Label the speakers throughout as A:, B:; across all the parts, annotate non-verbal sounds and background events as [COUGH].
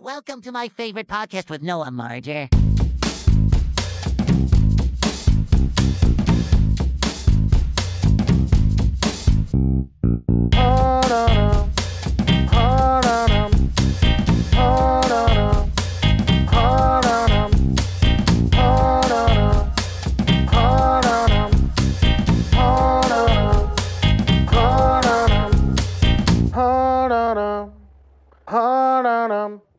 A: Welcome to my favorite podcast with Noah Marger.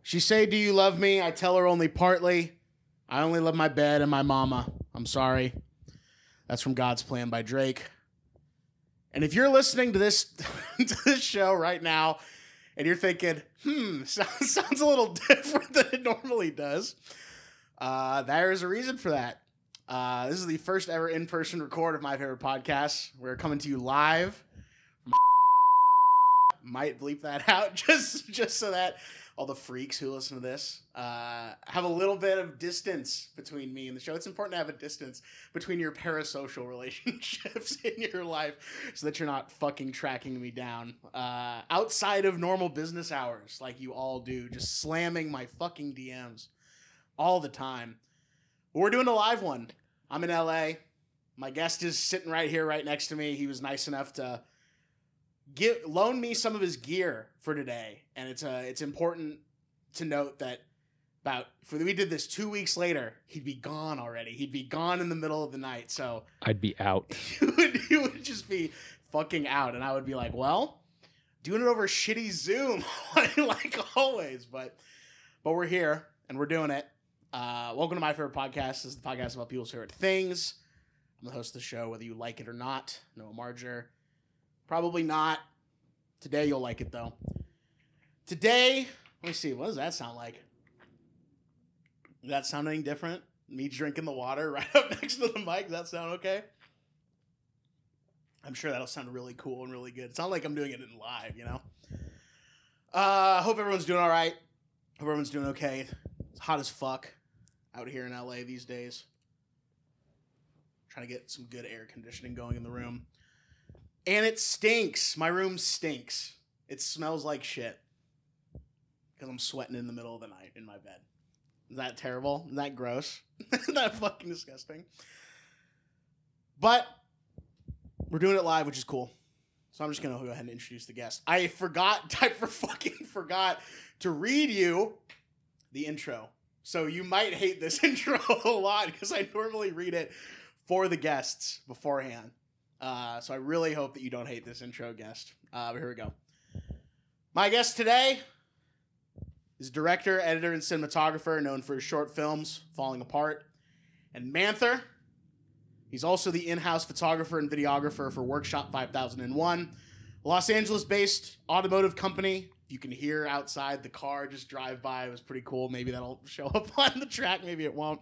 B: She say, "Do you love me?" I tell her only partly. I only love my bed and my mama. I'm sorry. That's from God's Plan by Drake. And if you're listening to this [LAUGHS] to this show right now, and you're thinking, "Hmm, [LAUGHS] sounds, sounds a little [LAUGHS] different than it normally does," uh, there is a reason for that. Uh, this is the first ever in-person record of my favorite podcast. We're coming to you live. from Might bleep that [LAUGHS] out just just so that all the freaks who listen to this uh, have a little bit of distance between me and the show. It's important to have a distance between your parasocial [LAUGHS] relationships [LAUGHS] in your life so that you're not fucking tracking me down uh, outside of normal business hours like you all do, just slamming my fucking DMs all the time. But we're doing a live one. I'm in LA. My guest is sitting right here, right next to me. He was nice enough to give loan me some of his gear for today, and it's uh it's important to note that about for we did this two weeks later, he'd be gone already. He'd be gone in the middle of the night, so
C: I'd be out.
B: [LAUGHS] he would he would just be fucking out, and I would be like, well, doing it over shitty Zoom [LAUGHS] like always, but but we're here and we're doing it. Uh, welcome to my favorite podcast. This is the podcast about people's favorite things. I'm the host of the show, whether you like it or not. Noah Marger. Probably not. Today you'll like it though. Today, let me see. What does that sound like? Does that sound anything different? Me drinking the water [LAUGHS] right up next to the mic. Does that sound okay? I'm sure that'll sound really cool and really good. It's not like I'm doing it in live, you know. Uh, hope everyone's doing all right. Hope everyone's doing okay. It's hot as fuck out here in LA these days. Trying to get some good air conditioning going in the room. And it stinks. My room stinks. It smells like shit. Because I'm sweating in the middle of the night in my bed. Is that terrible? Is that gross? [LAUGHS] Is that fucking disgusting? But we're doing it live, which is cool. So I'm just gonna go ahead and introduce the guest. I forgot, [LAUGHS] I for fucking forgot to read you the intro. So you might hate this [LAUGHS] intro a lot because I normally read it for the guests beforehand. Uh, so I really hope that you don't hate this intro guest. Uh, but here we go. My guest today is director, editor, and cinematographer known for his short films, Falling Apart, and Manther. He's also the in house photographer and videographer for Workshop 5001, a Los Angeles based automotive company. You can hear outside the car just drive by. It was pretty cool. Maybe that'll show up [LAUGHS] on the track. Maybe it won't.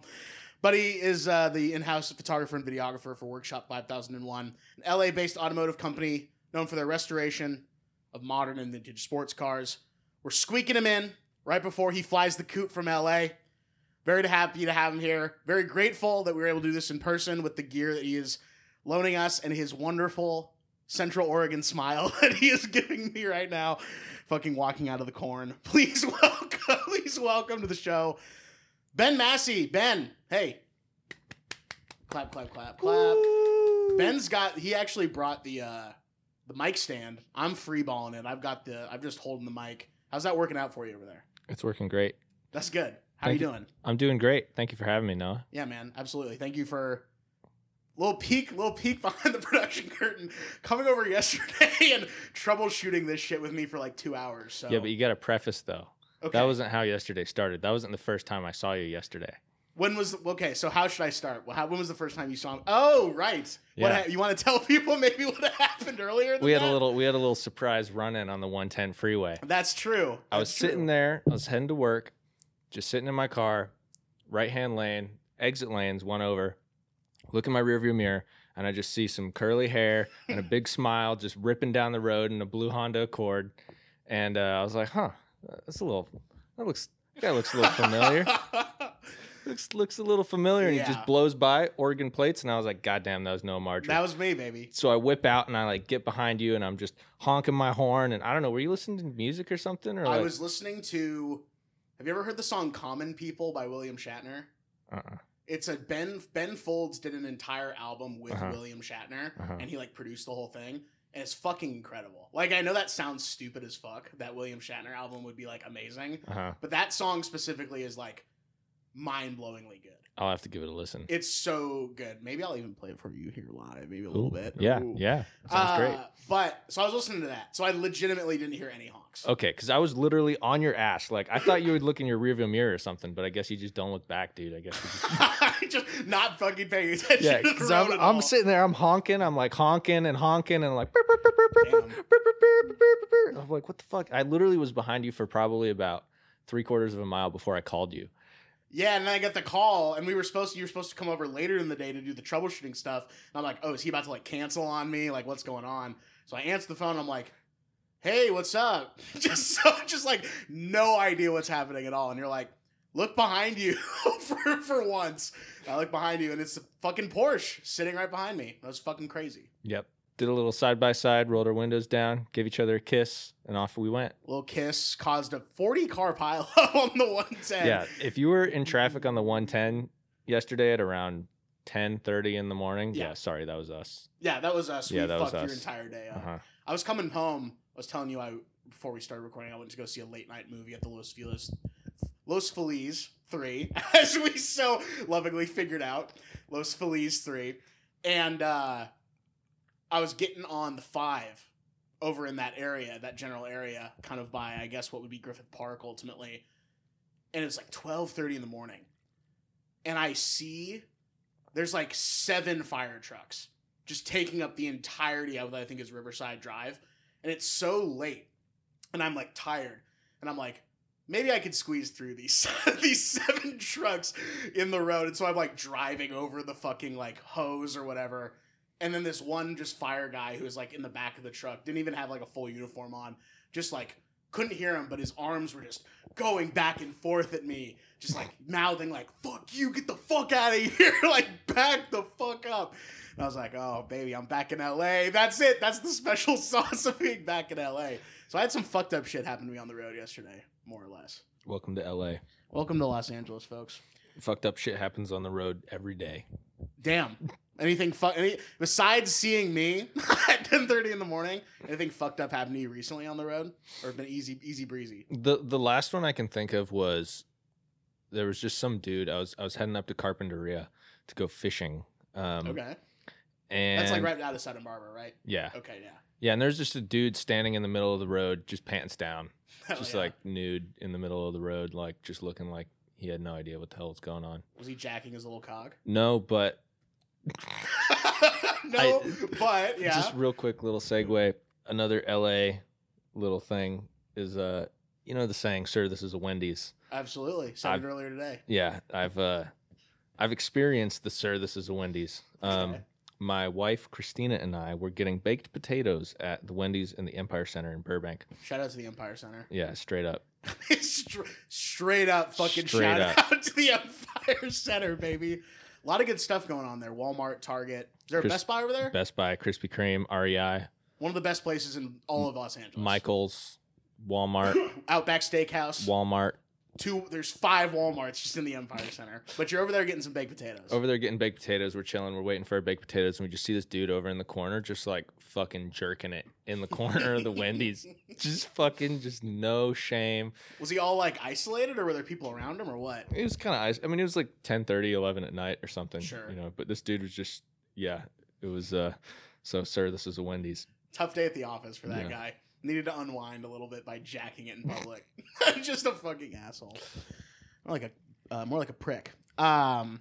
B: But he is uh, the in house photographer and videographer for Workshop 5001, an LA based automotive company known for their restoration of modern and vintage sports cars. We're squeaking him in right before he flies the coop from LA. Very happy to have him here. Very grateful that we were able to do this in person with the gear that he is loaning us and his wonderful Central Oregon smile [LAUGHS] that he is giving me right now. Fucking walking out of the corn. [LAUGHS] Please welcome, please welcome to the show, Ben Massey. Ben, hey, clap, clap, clap, clap. Ben's got. He actually brought the uh the mic stand. I'm freeballing it. I've got the. I'm just holding the mic. How's that working out for you over there?
C: It's working great.
B: That's good. How
C: Thank
B: you
C: you.
B: doing?
C: I'm doing great. Thank you for having me, Noah.
B: Yeah, man, absolutely. Thank you for little peek, little peek [LAUGHS] behind the production curtain. Coming over yesterday [LAUGHS] and troubleshooting this shit with me for like two hours. So
C: Yeah, but you got to preface though.
B: okay.
C: That wasn't how yesterday started. That wasn't the first time I saw you yesterday.
B: when was okay? So how should I start? Well, how, when was the first time you saw him? Oh, right. What
C: Yeah.
B: ha- you want to tell [LAUGHS] people maybe what happened earlier? than
C: We had
B: that?
C: a little we had a little surprise run in on the 110 freeway.
B: That's true.
C: I was
B: That's true.
C: sitting there. I was heading to work, just sitting in my car, right hand lane, exit lanes, one over. Look in my rearview mirror, and I just see some curly hair and a big smile just ripping down the road in a blue Honda Accord. And uh, I was like, "Huh, that's a little. That looks. That guy looks a
B: [LAUGHS]
C: little familiar. looks looks a little familiar." And he
B: Yeah.
C: just blows by Oregon plates, and I was like, "God damn, that was no margarine."
B: that was me, baby.
C: so I whip out and I like get behind you and I'm just honking my horn and I don't know were you listening to music or something or
B: I
C: like
B: was listening to Have you ever heard the song "Common People" by William Shatner?
C: Uh-uh.
B: It's a Ben Ben Folds did an entire album with
C: Uh-huh.
B: William Shatner,
C: Uh-huh.
B: and he like produced the whole thing, and it's fucking incredible. Like I know that sounds stupid as fuck. That William Shatner album would be like amazing,
C: Uh-huh.
B: but that song specifically is like mind blowingly good.
C: I'll have to give it a listen.
B: It's so good. Maybe I'll even play it for you here live, maybe a little
C: Ooh,
B: bit.
C: Yeah,
B: Ooh.
C: yeah. Sounds great.
B: Uh, But so I was listening to that, so I legitimately didn't hear any honks. [LAUGHS]
C: Okay, because I was literally on your ass. Like I thought you would look in your rearview mirror or something, but I guess you just don't look back, dude. I guess. You just...
B: just not fucking paying
C: [LAUGHS]
B: attention.
C: Yeah,
B: to the
C: because
B: road
C: I'm,
B: at
C: I'm
B: all.
C: sitting there, I'm honking, I'm like honking and honking and like. "Burp, burp, burp, burp, burp, burp,
B: Damn.
C: burp, burp, burp, burp, burp, burp." I'm like, what the fuck? I literally was behind you for probably about three quarters of a mile before I called you.
B: Yeah, and then I got the call, and we were supposed to, you were supposed to come over later in the day to do the troubleshooting stuff. And I'm like, oh, is he about to like cancel on me? Like, what's going on? So I answer the phone. and I'm like, hey, what's up? [LAUGHS] just so, just like no idea what's happening at all. And you're like, look behind you [LAUGHS] for for once. And I look behind you, and it's a fucking Porsche sitting right behind me. That was fucking crazy.
C: Yep. Did a little side by side, rolled our windows down, gave each other a kiss, and off we went.
B: Little kiss caused a 40 car pileup [LAUGHS] on the 110.
C: yeah. Mm-hmm. If you were in traffic on the 110 yesterday at around 10:30 in the morning, yeah.
B: Yeah.
C: sorry, that was us.
B: Yeah, that was us.
C: Yeah,
B: we
C: that was
B: fucked your
C: us.
B: entire day up.
C: Uh-huh.
B: I was coming home. I was telling you I before we started recording, I went to go see a late night movie at the Los Feliz, Los Feliz Three, [LAUGHS] as we so lovingly figured out, Los Feliz Three, and uh, I was getting on the five over in that area, that general area, kind of by I guess what would be Griffith Park ultimately, and it was like twelve thirty in the morning, and I see there's like seven fire trucks just taking up the entirety of what I think is Riverside Drive. And it's so late, and I'm like tired, and I'm like, maybe I could squeeze through these [LAUGHS] these seven trucks in the road. And so I'm like driving over the fucking like hose or whatever. And then this one just fire guy who was like in the back of the truck didn't even have like a full uniform on, just like couldn't hear him, but his arms were just going back and forth at me, just like mouthing like "fuck you, get the fuck out of here," [LAUGHS] like back the fuck up. And I was like, "Oh, baby, I'm back in L.A. That's it. That's the special [LAUGHS] sauce of being back in L.A." So I had some fucked up shit happen to me on the road yesterday, more or less.
C: Welcome to LA.
B: Welcome to Los Angeles, folks.
C: Fucked up shit happens on the road every day.
B: Damn. Anything fuck? Any besides seeing me [LAUGHS] at 10:30 in the morning? Anything fucked up happened to you recently on the road, or been easy, easy breezy?
C: The the last one I can think of was there was just some dude. I was I was heading up to Carpinteria to go fishing. Um
B: Okay,
C: and
B: that's like right out of Santa Barbara, right?
C: Yeah.
B: Okay, yeah. [LAUGHS]
C: Yeah, and there's just a dude standing in the middle of the road, just pants down,
B: Hell
C: just
B: Oh, yeah.
C: like nude in the middle of the road, like just looking like he had no idea what the hell was going on.
B: Was he jacking his little cog? [LAUGHS]
C: No, but
B: no, but yeah.
C: [LAUGHS] just real quick little segue. Another LA little thing is uh you know the saying, sir, this is a Wendy's.
B: absolutely. Said
C: I've-
B: it earlier today.
C: Yeah, I've uh I've experienced the sir, this is a Wendy's. Um
B: Okay.
C: my wife Christina and I were getting baked potatoes at the Wendy's in the Empire Center in Burbank.
B: Shout out to the Empire Center.
C: Yeah, straight up.
B: [LAUGHS] Stra- straight up fucking
C: Straight
B: shout
C: up.
B: out to the Empire Center, baby. A lot of good stuff going on there. Walmart, Target. Is there a
C: Chris-
B: Best Buy over there?
C: Best Buy, Krispy Kreme, E REI,
B: One of the best places in all of Los Angeles.
C: Michaels,
B: [LAUGHS]
C: Walmart,
B: Outback Steakhouse.
C: Walmart.
B: Two there's five Walmarts just in the Empire Center. But you're over there getting some baked potatoes.
C: Over there getting baked potatoes, we're chilling, we're waiting for our baked potatoes, and we just see this dude over in the corner just like fucking jerking it in the
B: [LAUGHS]
C: corner of the Wendy's. Just fucking just no shame.
B: Was he all like isolated or were there people around him or what?
C: It was kind of ice. I mean, it was like 10 11 at night or something.
B: Sure.
C: You know, but this dude was just, yeah, it was, uh, so, sir, this is a Wendy's.
B: Tough day at the office for that
C: Yeah.
B: guy. Needed to unwind a little bit by jacking it in public. [LAUGHS] Just a fucking asshole. More like a uh, more like a prick. Um,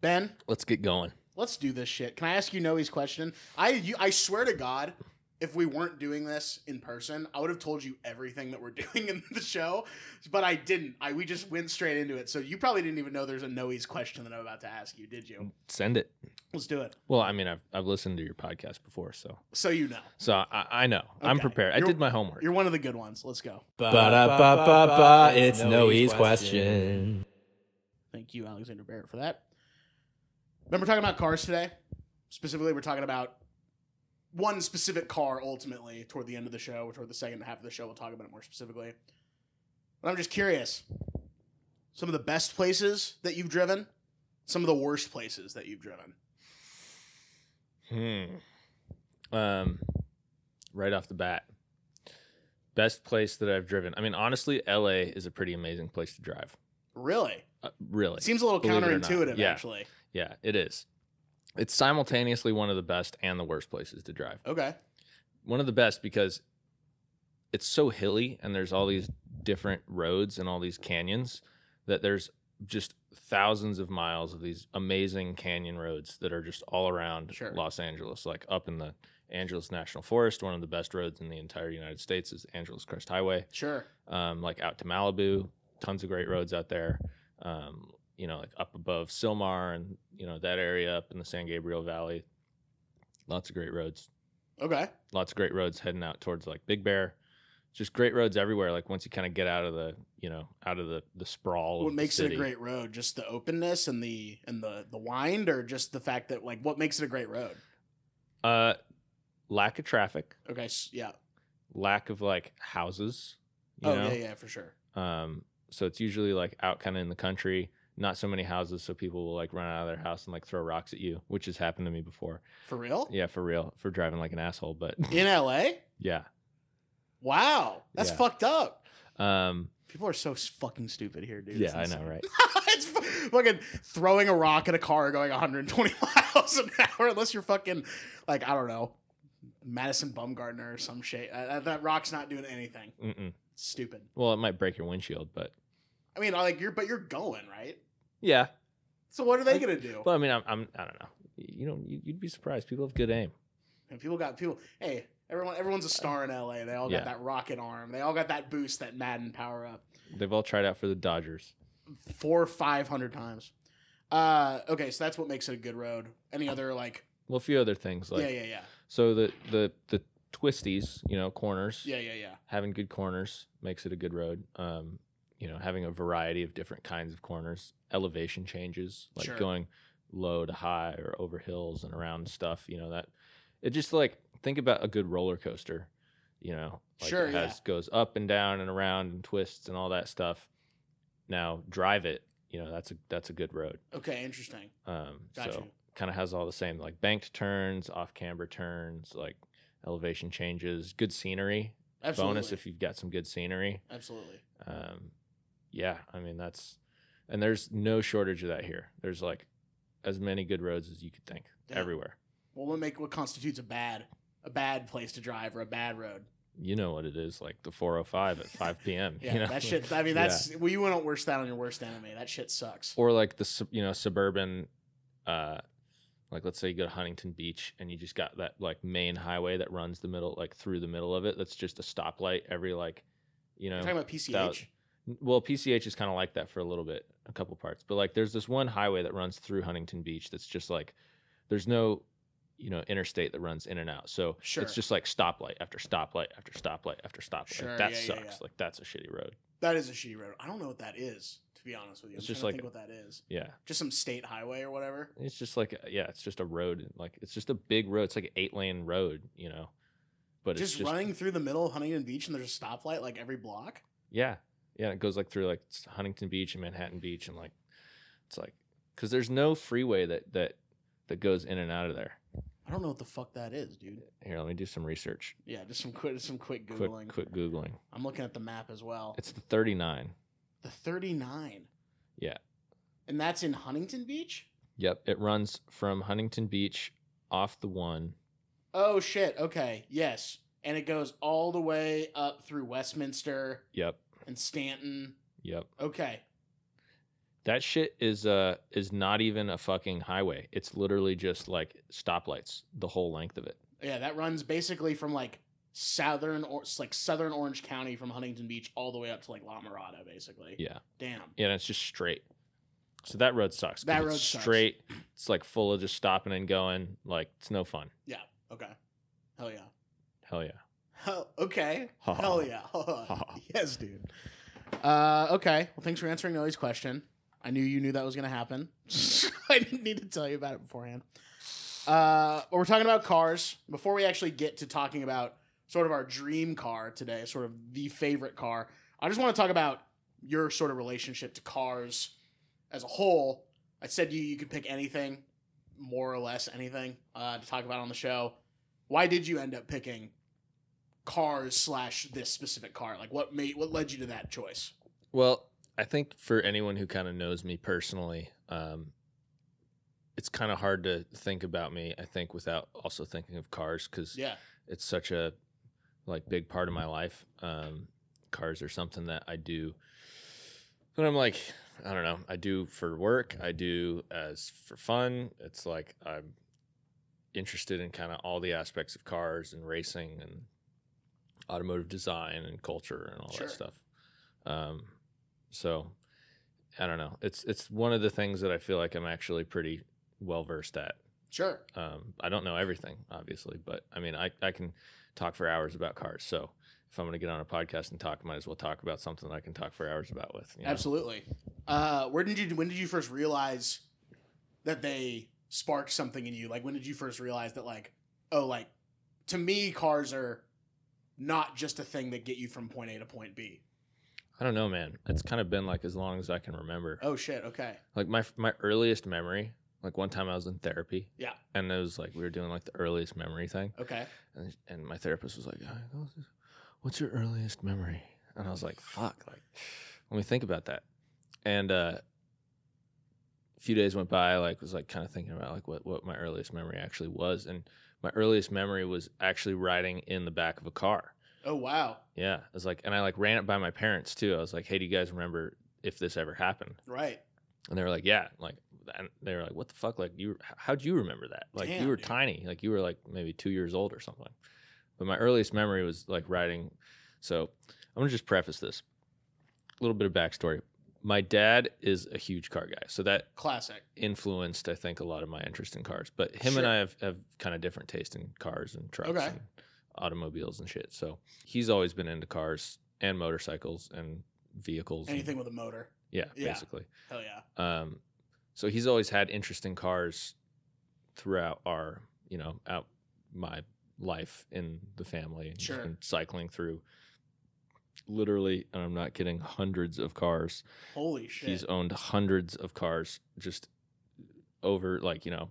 B: Ben,
C: Let's get going.
B: let's do this shit. Can I ask you Noe's question? I you, I swear to God, if we weren't doing this in person, I would have told you everything that we're [LAUGHS] doing in the show, but I didn't. I we just went straight into it. So you probably didn't even know there's a Noe's question that I'm about to ask you, did you?
C: Send it.
B: Let's do it.
C: Well, I mean, I've, I've listened to your podcast before, so,
B: So you know,
C: so I, I know. I'm
B: Okay.
C: prepared. I
B: You're-
C: did my homework.
B: you're one of the good ones. Let's go.
D: Ba-da-ba-ba-ba, it's Noe's question.
B: Thank you, Alexander Barrett, for that. Remember talking about cars today? Specifically, we're talking about one specific car ultimately toward the end of the show, or toward the second half of the show. We'll talk about it more specifically. But I'm just curious Some of the best places that you've driven, some of the worst places that you've driven.
C: Hmm. Um, right off the bat, best place that I've driven. I mean, honestly, LA is a pretty amazing place to drive.
B: Really?
C: Uh, really.
B: It seems a little
C: Believe it or not.
B: counterintuitive,
C: Yeah.
B: actually.
C: Yeah, it is. It's simultaneously one of the best and the worst places to drive.
B: Okay.
C: One of the best because it's so hilly and there's all these different roads and all these canyons that there's just thousands of miles of these amazing canyon roads that are just all around
B: Sure.
C: Los Angeles, like up in the Angeles National Forest, one of the best roads in the entire United States is Angeles Crest Highway
B: Sure.
C: um, like out to Malibu. Tons of great roads out there. Um, you know, like up above Silmar and you know that area up in the San Gabriel Valley. Lots of great roads.
B: Okay.
C: Lots of great roads heading out towards like Big Bear. Just great roads everywhere. Like once you kind of get out of the you know out of the the sprawl. of
B: What
C: the
B: makes it a
C: city.
B: great road? Just the openness and the and the the wind, or just the fact that like what makes it a great road?
C: Uh, lack of traffic,
B: Okay. s- Yeah.
C: lack of like houses. You
B: Oh
C: know?
B: yeah, yeah, for sure.
C: Um, so it's usually like out kind of in the country, not so many houses, so people will like run out of their house and like throw rocks at you, which has happened to me before.
B: For real?
C: Yeah, for real, for driving like an asshole. But [LAUGHS]
B: In L.A.
C: yeah,
B: Wow, that's
C: Yeah.
B: fucked up.
C: um,
B: People are so s- fucking stupid here, dude. It's
C: yeah, I
B: insane.
C: know, right?
B: [LAUGHS] it's fu- fucking throwing a rock at a car going 120 [LAUGHS] miles an hour, unless you're fucking like I don't know, Madison Bumgarner or some shit. Uh, uh, that rock's not doing anything.
C: Mm-mm.
B: Stupid.
C: Well, it might break your windshield, but
B: I mean, I like you're, but you're going right.
C: yeah.
B: So what are they
C: Like,
B: gonna do?
C: Well, I mean, I'm, I'm I don't know. You know, you- you'd be surprised. People have good aim.
B: And people got people. Hey, everyone, everyone's a star in LA. They all
C: Yeah.
B: got that rocket arm. They all got that boost, that Madden power up.
C: They've all tried out for the Dodgers.
B: four five hundred times. Uh, okay, so that's what makes it a good road. Any other like,
C: Well, a few other things like
B: yeah, yeah, yeah,
C: so the the the twisties, you know, corners.
B: yeah, yeah, yeah.
C: having good corners makes it a good road. Um, you know, having a variety of different kinds of corners, elevation changes, like
B: Sure.
C: going low to high or over hills and around stuff. You know that it just like think about a good roller coaster. You know, like
B: Sure,
C: it
B: yeah.
C: has goes up and down and around and twists and all that stuff. Now drive it. You know that's a that's a good road.
B: Okay, interesting.
C: Um,
B: Got
C: so
B: you.
C: kind of has all the same like banked turns, off camber turns, like elevation changes, good scenery
B: Absolutely.
C: bonus if you've got some good scenery.
B: Absolutely.
C: Um, yeah, I mean that's, and there's no shortage of that here. There's like as many good roads as you could think
B: Yeah.
C: everywhere.
B: Well, what make what constitutes a bad a bad place to drive or a bad
C: [LAUGHS]
B: road?
C: You know what it is like the 405 at 5 p.m.
B: [LAUGHS] Yeah,
C: you know?
B: that shit. I mean,
C: Yeah.
B: that's well, you wouldn't wish that on your worst enemy. That shit sucks.
C: or like the sub- you know suburban, uh, like let's say you go to Huntington Beach and you just got that like main highway that runs the middle like through the middle of it. That's just a stoplight every like, you know.
B: You're talking about PCH.
C: That- well pch is kind of like that for a little bit a couple parts but like there's this one highway that runs through huntington beach that's just like there's no you know interstate that runs in and out so
B: Sure.
C: it's just like stoplight after stoplight after stoplight after stoplight
B: Sure,
C: like, that
B: yeah, yeah,
C: sucks
B: yeah.
C: like that's a shitty road
B: that is a shitty road. I don't know what that is. To be honest with you, I'm
C: It's
B: just
C: just
B: like
C: like-
B: think what that is.
C: yeah
B: Just some state highway or whatever.
C: it's just like uh, yeah it's just a road like it's just a big road it's like an eight lane road you know but
B: Just,
C: it's just
B: running through the middle of Huntington Beach and there's a stoplight like every block.
C: Yeah. Yeah. It goes like through like s- Huntington Beach and Manhattan Beach. And like, it's like, cause there's no freeway that, that, that goes in and out of there.
B: I don't know what the fuck that is, dude.
C: Here, let me do some research.
B: Yeah, just some quick, some quick googling.
C: Quick, quick Googling.
B: I'm looking at the map as well.
C: It's the 39.
B: the 39,
C: Yeah.
B: and that's in Huntington Beach.
C: Yep. It runs from Huntington Beach off the one.
B: Oh shit. Okay. Yes, and it goes all the way up through Westminster
C: Yep.
B: and Stanton.
C: Yep.
B: Okay.
C: That shit is, uh, is not even a fucking highway. It's literally just like stoplights the whole length of it.
B: Yeah, that runs basically from like southern or like southern Orange County from Huntington Beach all the way up to like La Mirada, basically.
C: Yeah.
B: Damn.
C: Yeah, and it's just straight. So that road sucks. 'cause
B: That
C: it's
B: road sucks.
C: straight. It's like full of just stopping and going. Like it's no fun.
B: Okay. Hell yeah.
C: Hell yeah.
B: Hell, [LAUGHS] okay.
C: Ha ha.
B: Hell yeah. [LAUGHS]
C: ha.
B: yes, dude. Uh, okay. Well, thanks for answering Noe's question. I knew you knew that was going to happen. [LAUGHS] I didn't need to tell you about it beforehand. Uh, but we're talking about cars. Before we actually get to talking about sort of our dream car today, sort of the favorite car, I just want to talk about your sort of relationship to cars as a whole. I said you you could pick anything, more or less anything, uh, to talk about on the show. Why did you end up picking cars slash this specific car? Like what made what led you to that choice?
C: Well, I think for anyone who kind of knows me personally, um, it's kind of hard to think about me. I think without also thinking of cars because
B: Yeah,
C: it's such a like big part of my life. Um, cars are something that I do. But I'm like, I don't know. I do for work. I do as for fun. It's like I'm interested in kind of all the aspects of cars and racing and automotive design and culture and all
B: Sure.
C: that stuff. Um, so I don't know. It's it's one of the things that I feel like I'm actually pretty well versed at.
B: sure.
C: Um, I don't know everything, obviously, but I mean, I, I can talk for hours about cars. So if I'm going to get on a podcast and talk, might as well talk about something that I can talk for hours about with. you know?
B: Absolutely. Uh, where did you when did you first realize that they sparked something in you? Like when did you first realize that like oh like to me cars are not just a thing that get you from point A to point B.
C: I don't know, man. It's kind of been like as long as I can remember.
B: Oh shit, okay.
C: Like my my earliest memory, like one time I was in therapy.
B: Yeah.
C: And it was like we were doing like the earliest memory thing,
B: Okay.
C: and, and my therapist was like, "Uh, "What's your earliest memory?" And I was like, "Fuck!" Like, let me think about that. And uh, a few days went by. I, Like, was like kind of thinking about like what what my earliest memory actually was, and my earliest memory was actually riding in the back of a car.
B: Oh wow.
C: Yeah, it was like, and I like ran it by my parents too. I was like, "Hey, do you guys remember if this ever happened?"
B: Right.
C: And they were like, "Yeah." Like, and they were like, "What the fuck? Like, you? h- How'd you remember that? Like,
B: Damn,
C: you were
B: dude.
C: tiny. Like, you were like maybe two years old or something." But my earliest memory was like riding. So I'm gonna just preface this. A little bit of backstory. My dad is a huge car guy, so that
B: Classic.
C: influenced, I think, a lot of my interest in cars. But him
B: Sure.
C: and I have, have kind of different taste in cars and trucks
B: Okay.
C: and automobiles and shit. So he's always been into cars and motorcycles and vehicles. and-
B: Anything with a motor.
C: yeah,
B: Yeah.
C: basically.
B: Hell yeah.
C: Um, so he's always had interest in cars throughout our, you know, out my life in the family and-
B: Sure.
C: and cycling through literally, and I'm not kidding, hundreds of cars
B: Holy shit.
C: he's owned hundreds of cars just over like you know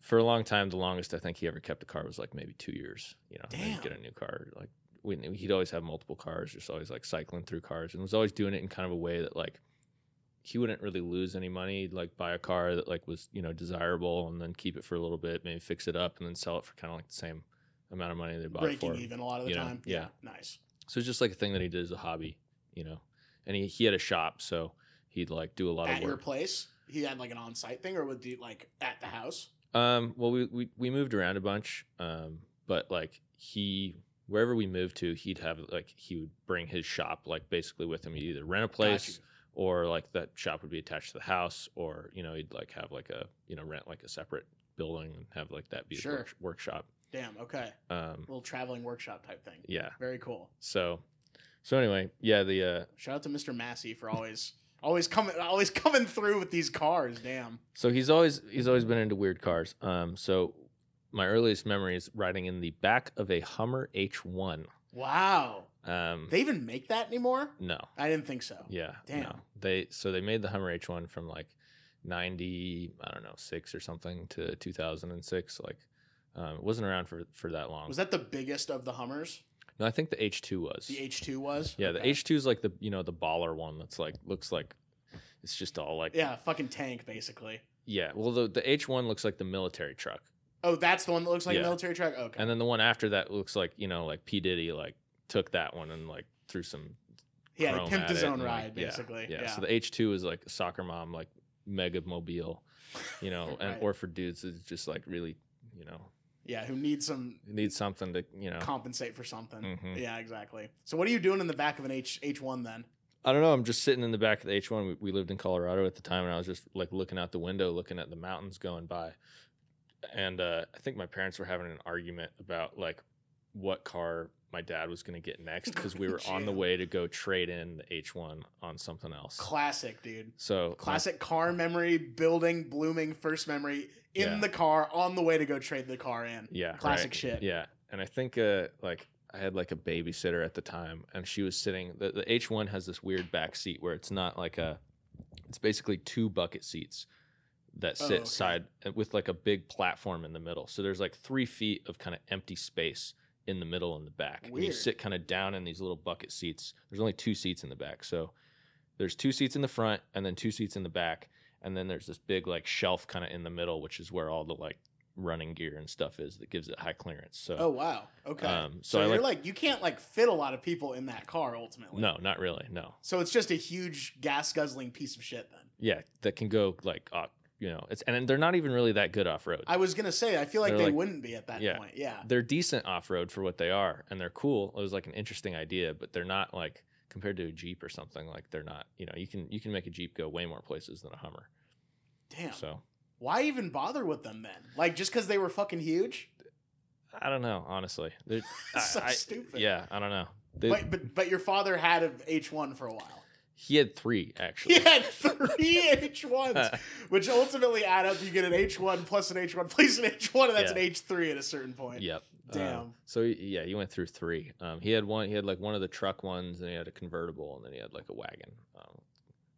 C: for a long time the longest i think he ever kept a car was like maybe two years you know and then he'd get a new car like we, he'd always have multiple cars just always like cycling through cars and was always doing it in kind of a way that like he wouldn't really lose any money He'd, like buy a car that like was you know desirable and then keep it for a little bit maybe fix it up and then sell it for kind of like the same amount of money they bought it
B: breaking
C: for
B: even a lot of the
C: you know,
B: time.
C: yeah.
B: Nice.
C: so it's just like a thing that he did as a hobby you know and he, he had a shop so he'd like do a lot
B: At
C: of
B: your
C: work
B: place, he had like an on-site thing, or would you like at the house?
C: Um, well, we, we we moved around a bunch, um, but like he wherever we moved to, he'd have like he would bring his shop like basically with him. He'd either rent a place
B: Got
C: or like that shop would be attached to the house, or you know he'd like have like a you know rent like a separate building and have like that be his
B: Sure.
C: work- workshop.
B: you. Damn. Okay.
C: Um,
B: little traveling workshop type thing.
C: yeah.
B: Very cool.
C: So, so anyway, yeah. The uh,
B: Shout out to Mr. Massey for always always coming always coming through with these cars. Damn.
C: So he's always he's always been into weird cars. Um, so my earliest memory is riding in the back of a Hummer H1.
B: Wow.
C: Um,
B: They even make that anymore?
C: no,
B: I didn't think so.
C: yeah,
B: Damn.
C: no. They so they made the Hummer H1 from like ninety, I don't know, six or something to two thousand and six. Like, um, it wasn't around for for that long.
B: Was that the biggest of the Hummers?
C: no, I think the H2 was.
B: The H2 was?
C: yeah, the
B: Okay.
C: H2 is like the you know the baller one that's like looks like it's just all like
B: Yeah, fucking tank basically.
C: yeah. Well, the the H1 looks like the military truck.
B: Oh, that's the one that looks like a
C: Yeah.
B: military truck. Okay.
C: And then the one after that looks like, you know, like P. Diddy like took that one and like threw some
B: yeah, he
C: chrome
B: pimped
C: at
B: his
C: it
B: own
C: and, like,
B: ride
C: yeah,
B: basically.
C: Yeah. So the H two is like a soccer mom, like mega mobile,
B: [LAUGHS]
C: you know, and
B: Right.
C: or for dudes it's just like really, you know,
B: Yeah, who needs some
C: need something to you know
B: compensate for something.
C: Mhm.
B: Yeah, exactly. So what are you doing in the back of an H H1 then?
C: I don't know. I'm just sitting in the back of the H1. We, we lived in Colorado at the time, and I was just like looking out the window, looking at the mountains going by. And uh, I think my parents were having an argument about like what car my dad was going to get next because we were on the
B: Yeah.
C: way to go trade in the H1 on something else.
B: Classic, dude.
C: so my-
B: Classic car memory, building, blooming first memory in
C: Yeah.
B: the car on the way to go trade the car in.
C: yeah,
B: Classic
C: right.
B: shit.
C: Yeah, and I think uh, like I had like a babysitter at the time, and she was sitting. The, the H1 has this weird back seat where it's not like a, it's basically two bucket seats that
B: Oh,
C: sit
B: okay.
C: side uh, with like a big platform in the middle. So there's like three feet of kind of empty space in the middle and the back. And you
B: Weird.
C: sit kind of down in these little bucket seats. There's only two seats in the back. So there's two seats in the front and then two seats in the back. And then there's this big like shelf kind of in the middle, which is where all the like running gear and stuff is that gives it high clearance. So
B: Oh wow. Okay.
C: Um, so
B: so
C: I
B: you're
C: like-
B: like, you can't like fit a lot of people in that car ultimately.
C: no, not really. No.
B: So it's just a huge gas guzzling piece of shit. Then
C: Yeah. That can go like, off, you know, it's, and they're not even really that good off road.
B: I was gonna say I feel like
C: They're
B: they
C: like-
B: wouldn't be at that
C: yeah.
B: point. Yeah.
C: they're decent off road for what they are, and they're cool. It was like an interesting idea, but they're not like compared to a Jeep or something. Like they're not, you know, you can you can make a Jeep go way more places than a Hummer.
B: Damn.
C: So
B: Why even bother with them then? Like just because they were fucking huge? [LAUGHS]
C: I don't know, honestly. They're I-
B: so
C: I-
B: stupid.
C: Yeah, I don't know. They,
B: But, but but your father had an H one for a while.
C: he had three actually.
B: [LAUGHS] He had
C: [LAUGHS]
B: three H ones, which ultimately add up. You get an H one plus an H one plus an H one, and that's
C: Yeah.
B: an H three at a certain point.
C: Yep. Uh,
B: Damn.
C: so he- yeah, he went through three. Um, he had one. He had like one of the truck ones, and he had a convertible, and then he had like a wagon.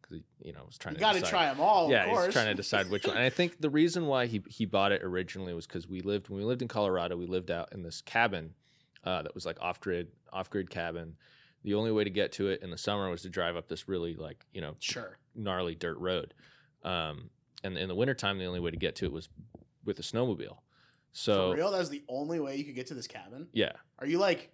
C: Because he, you know, was trying
B: you
C: to
B: got to
C: decide-
B: try them all.
C: yeah,
B: of course. [LAUGHS]
C: he's trying to decide which one. And I think the reason why he he bought it originally was because we lived when we lived in Colorado, we lived out in this cabin uh, that was like off grid off grid cabin. The only way to get to it in the summer was to drive up this really like you know
B: Sure.
C: gnarly dirt road. Um, and in the wintertime, the only way to get to it was with a snowmobile.
B: for
C: So
B: real, that was the only way you could get to this cabin.
C: yeah,
B: Are you like?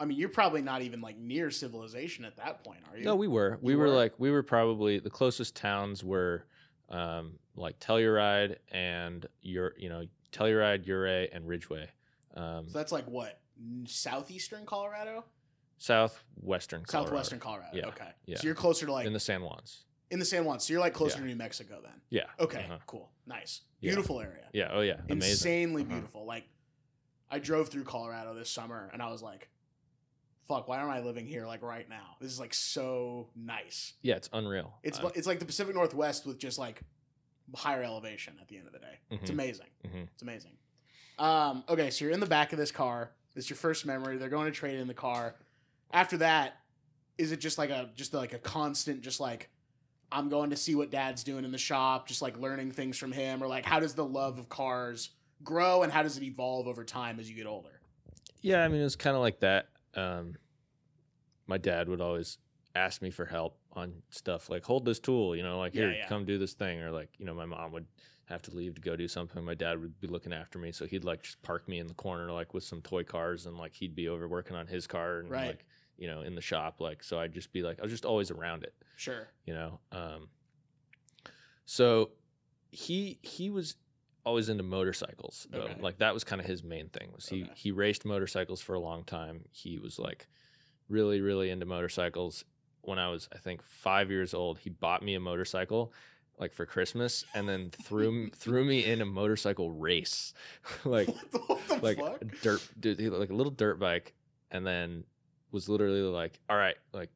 B: I mean, you're probably not even like near civilization at that point, are you?
C: No, we were. We
B: You
C: were,
B: were?
C: like we were probably the closest towns were um, like Telluride and your you know Telluride, Uray, and Ridgeway. Um,
B: So that's like what n- southeastern Colorado,
C: southwestern Colorado,
B: southwestern Colorado.
C: Yeah,
B: Okay.
C: yeah.
B: So you're closer to like
C: in the San Juans.
B: in the San Juan. So you're like closer
C: Yeah.
B: to New Mexico then.
C: Yeah.
B: Okay.
C: Uh-huh.
B: Cool. Nice.
C: Yeah.
B: Beautiful area.
C: Yeah. Oh yeah. Amazing.
B: Insanely
C: Uh-huh.
B: beautiful. Like I drove through Colorado this summer and I was like, fuck, why am I living here like right now? This is like so nice.
C: Yeah, it's unreal.
B: It's
C: Uh,
B: li- it's like the Pacific Northwest with just like higher elevation at the end of the day. It's
C: Mhm.
B: amazing.
C: Mhm.
B: It's amazing. Um, okay, so you're in the back of this car. It's your first memory. They're going to trade in the car. After that, is it just like a just like a constant just like I'm going to see what dad's doing in the shop, just like learning things from him or like how does the love of cars grow and how does it evolve over time as you get older?
C: yeah, I mean it was kind of like that. Um, my dad would always ask me for help on stuff like hold this tool, you know, like
B: Yeah,
C: here,
B: yeah.
C: come do this thing, or like you know, my mom would have to leave to go do something. My dad would be looking after me, so he'd like just park me in the corner like with some toy cars, and like he'd be over working on his car and
B: Right.
C: like you know in the shop, like so I'd just be like I was just always around it.
B: Sure.
C: you know um so he he was always into motorcycles though
B: Okay.
C: like that was kind of his main thing was he
B: Okay.
C: he raced motorcycles for a long time he was like really really into motorcycles when i was i think 5 years old he bought me a motorcycle like for christmas and then threw m- threw me in a motorcycle race [LAUGHS] like
B: [LAUGHS] what the, what the
C: like
B: fuck?
C: a dirt dude, he- like a little dirt bike and then was literally like all right like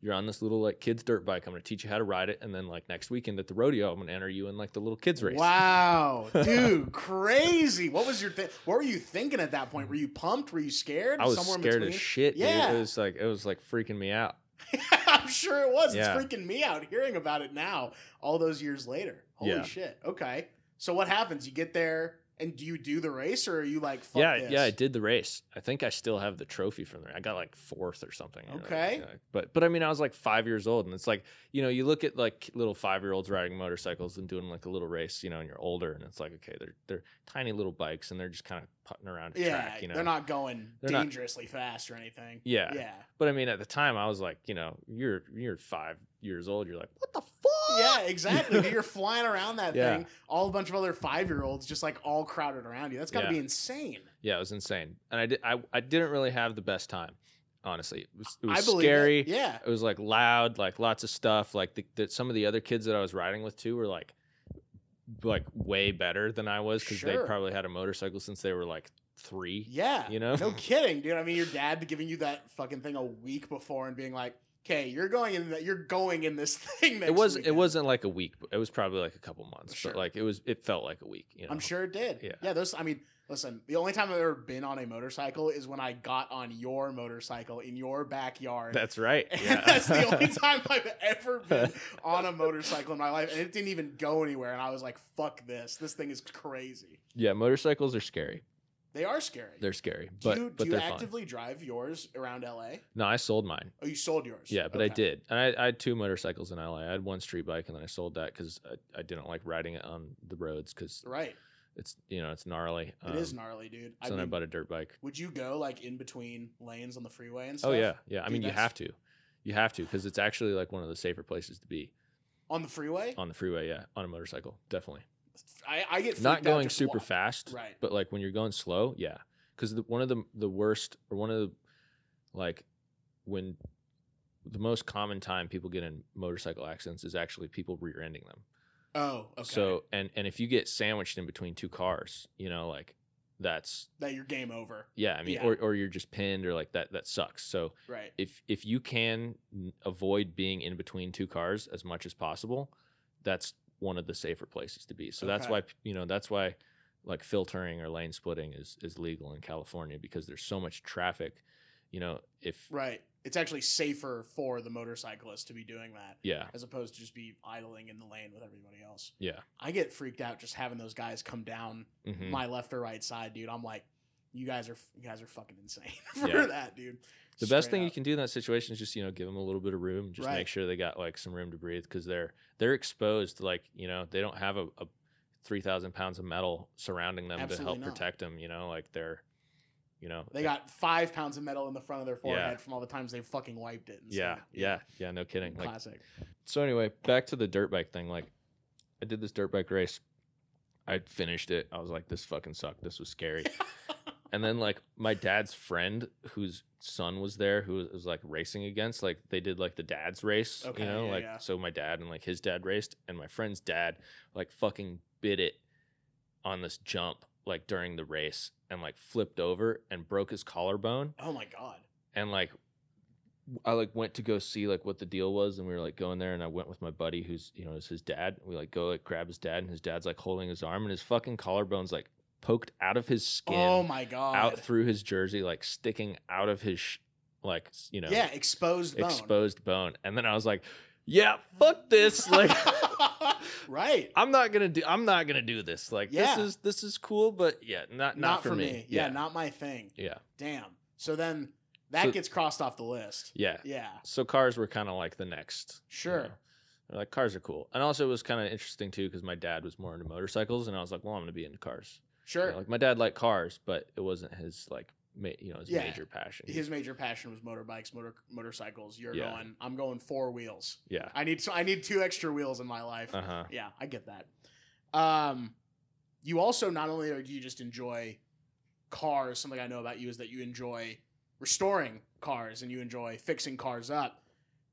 C: you're on this little like kids dirt bike i'm going to teach you how to ride it and then like next weekend at the rodeo i'm going to enter you in like the little kids race [LAUGHS]
B: Wow, dude, crazy! What was your thi- what were you thinking at that point? Were you pumped? Were you scared?
C: i was
B: Somewhere in
C: scared as
B: between?
C: shit
B: Yeah.
C: dude. it was like it was like freaking me out
B: [LAUGHS] I'm sure it was.
C: Yeah.
B: It's freaking me out hearing about it now, all those years later. Holy
C: Yeah.
B: shit! Okay, so what happens? You get there, and do you do the race, or are you like, fuck
C: yeah
B: this?
C: yeah i did the race i think i still have the trophy from there i got like fourth or something you know,
B: Okay.
C: like- but but i mean i was like five years old and it's like you know you look at like little five year olds riding motorcycles and doing like a little race you know and you're older and it's like okay they're they're tiny little bikes and they're just kind of putting around a
B: Yeah,
C: track you know
B: they're not going
C: They're not-
B: dangerously fast or anything.
C: yeah.
B: yeah,
C: but i mean at the time i was like you know you're you're five years old you're like what the fuck
B: yeah, exactly. Dude, You're flying around that
C: [LAUGHS] Yeah.
B: thing, all a bunch of other five year olds just like all crowded around you. That's got to
C: Yeah.
B: be insane.
C: yeah it was insane and i did i, I didn't really have the best time honestly it was, it
B: I
C: was
B: believe it.
C: scary
B: Yeah.
C: it was like loud, like lots of stuff. Like the, the, some of the other kids that I was riding with too were like, like way better than I was because they
B: Sure.
C: probably had a motorcycle since they were like three.
B: Yeah.
C: You know? [LAUGHS]
B: No kidding, dude. I mean, your dad giving you that fucking thing a week before and being like, "Okay, you're going in that. You're going in this [LAUGHS] thing." Next
C: It was it
B: weekend."
C: wasn't like a week. but It was probably like a couple months,
B: Sure.
C: but like it was it felt like a week. You know?
B: I'm sure it did.
C: Yeah.
B: Yeah. Those. I mean, Listen, the only time I've ever been on a motorcycle is when I got on your motorcycle in your backyard.
C: [LAUGHS]
B: [LAUGHS]
C: That's right.
B: And
C: Yeah.
B: that's the
C: [LAUGHS]
B: only time I've ever been on a motorcycle in my life. And it didn't even go anywhere. And I was like, fuck this. This thing is crazy.
C: yeah, motorcycles are scary.
B: They are scary.
C: They're scary,
B: do
C: but
B: you,
C: but
B: do you
C: they're fun.
B: actively drive yours around LA?
C: No, I sold mine.
B: Oh, you sold yours.
C: Yeah, but I
B: Okay.
C: did. And I, I had two motorcycles in LA. I had one street bike, and then I sold that because I, I didn't like riding it on the roads because
B: Right.
C: it's you know it's gnarly.
B: It is gnarly, dude.
C: Um, So then I bought a dirt bike.
B: would you go like in between lanes on the freeway and stuff?
C: Oh yeah, yeah. I
B: Dude,
C: mean, you
B: that's-
C: have to, you have to because it's actually like one of the safer places to be
B: On the freeway?
C: on the freeway. Yeah, on a motorcycle, definitely.
B: I, I get
C: Not
B: freaked out
C: going
B: just
C: super
B: wa-
C: fast,
B: Right.
C: but like when you're going slow, yeah. Because one of the the worst or one of the like when the most common time people get in motorcycle accidents is actually people rear-ending them.
B: Oh, okay.
C: So and and if you get sandwiched in between two cars, you know, like that's
B: that you're game over.
C: yeah. I mean,
B: Yeah.
C: or or you're just pinned or like that. That sucks. So
B: Right.
C: if if you can n- avoid being in between two cars as much as possible, that's one of the safer places to be. So that's
B: Okay.
C: why you know that's why like filtering or lane splitting is is legal in California because there's so much traffic. You know, if
B: Right. It's actually safer for the motorcyclist to be doing that
C: yeah,
B: as opposed to just be idling in the lane with everybody else.
C: yeah,
B: I get freaked out just having those guys come down
C: mhm.
B: my left or right side, dude. I'm like, you guys are you guys are fucking insane [LAUGHS] for
C: Yeah.
B: that, dude.
C: The best
B: Straight
C: thing you
B: up.
C: can do in that situation is just you know give them a little bit of room, just
B: Right.
C: make sure they got like some room to breathe because they're they're exposed. Like you know they don't have a, a three thousand pounds of metal surrounding them to
B: Absolutely
C: help
B: not.
C: protect them. You know like they're you know
B: They got five pounds of metal in the front of their forehead
C: Yeah.
B: from all the times they fucking wiped it. And
C: yeah
B: stuff.
C: yeah yeah no kidding. Like
B: Classic. [LAUGHS]
C: so anyway back to the dirt bike thing. Like I did this dirt bike race, I finished it. I was like this fucking sucked. This
B: [LAUGHS]
C: was scary. and then like my dad's friend whose son was there who was, like racing against like they did like the dad's race
B: Okay,
C: you know
B: yeah,
C: like
B: yeah.
C: so my dad and like his dad raced and my friend's dad like fucking bit it on this jump like during the race and like flipped over and broke his collarbone
B: oh my god.
C: and like I like went to go see like what the deal was, and we were like going there, and I went with my buddy who's you know is his dad. We like go like grab his dad, and his dad's like holding his arm, and his fucking collarbone's like poked out of his skin,
B: Oh my god.
C: out through his jersey, like sticking out of his sh- like s- you know
B: yeah, exposed bone.
C: exposed bone. And then I was like, yeah,
B: [LAUGHS]
C: fuck this, like.
B: right.
C: I'm not gonna do. I'm not gonna do this. Like
B: Yeah.
C: this is this is cool, but yeah, not not, for, me.
B: Yeah.
C: yeah,
B: not my thing.
C: yeah,
B: Damn. So then that
C: So-
B: gets crossed off the list.
C: yeah.
B: Yeah,
C: So cars were kind of like the next you
B: sure.
C: know. They're like cars are cool, and also it was kind of interesting too because my dad was more into motorcycles, and I was like, well, I'm gonna be into cars. You know,
B: Sure.
C: like my dad liked cars, but it wasn't his like, ma- you know, his
B: Yeah.
C: major passion.
B: His major passion was motorbikes, motor motorcycles. You're
C: Yeah.
B: going. I'm going four wheels.
C: yeah.
B: I need so I need two extra wheels in my life.
C: Uh huh.
B: Yeah, I get that. Um, you also not only are you just enjoy cars. Something I know about you is that you enjoy restoring cars and you enjoy fixing cars up.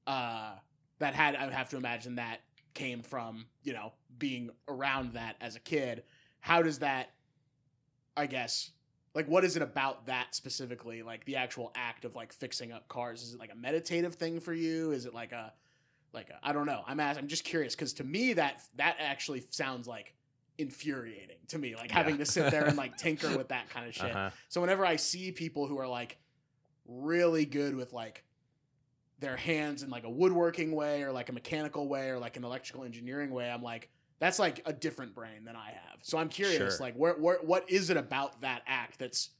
B: Uh, that had I would have to imagine that came from you know being around that as a kid. How does that? I guess like what is it about that specifically? Like the actual act of like fixing up cars. Is it like a meditative thing for you? Is it like a like I I don't know. I'm ask, I'm just curious because to me that that actually sounds like infuriating to me. Like having to
C: Yeah.
B: sit there and like tinker with that kind of shit.
C: Uh huh.
B: So whenever I see people who are like really good with like their hands in like a woodworking way or like a mechanical way or like an electrical engineering way, I'm like, that's like a different brain than I have. So I'm curious,
C: Sure.
B: like, where, where what is it about that act that's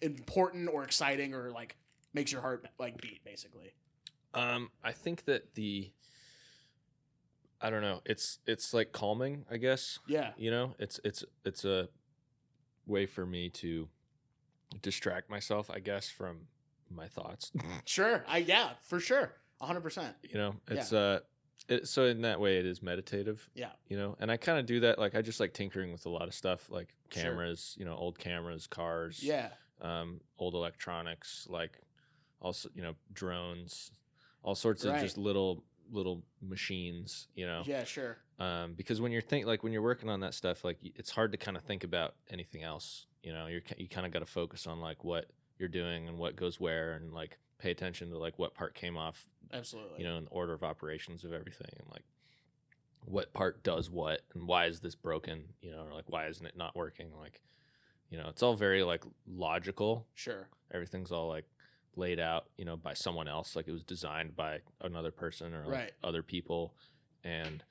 B: important or exciting or like makes your heart like beat basically?
C: Um, I think that the, I don't know. It's it's like calming, I guess.
B: Yeah.
C: You know, it's it's it's a way for me to distract myself, I guess, from my thoughts.
B: Sure. I yeah, for sure. hundred percent.
C: you know
B: Yeah.
C: it's uh it, so in that way it is meditative
B: Yeah.
C: you know and i kind of do that like i just like tinkering with a lot of stuff like
B: Sure.
C: cameras you know old cameras cars
B: Yeah.
C: um old electronics like also you know drones all sorts of
B: Right.
C: just little little machines you know
B: Yeah, sure.
C: um because when you're think like when you're working on that stuff like y- it's hard to kind of think about anything else you know you're ki- you kind of got to focus on like what you're doing and what goes where and like pay attention to like what part came off
B: Absolutely.
C: you know, an order of operations of everything and like what part does what and why is this broken, you know, or like why isn't it not working? Like, You know, it's all very like logical.
B: Sure.
C: Everything's all like laid out, you know, by someone else. Like it was designed by another person or like,
B: Right.
C: other people. And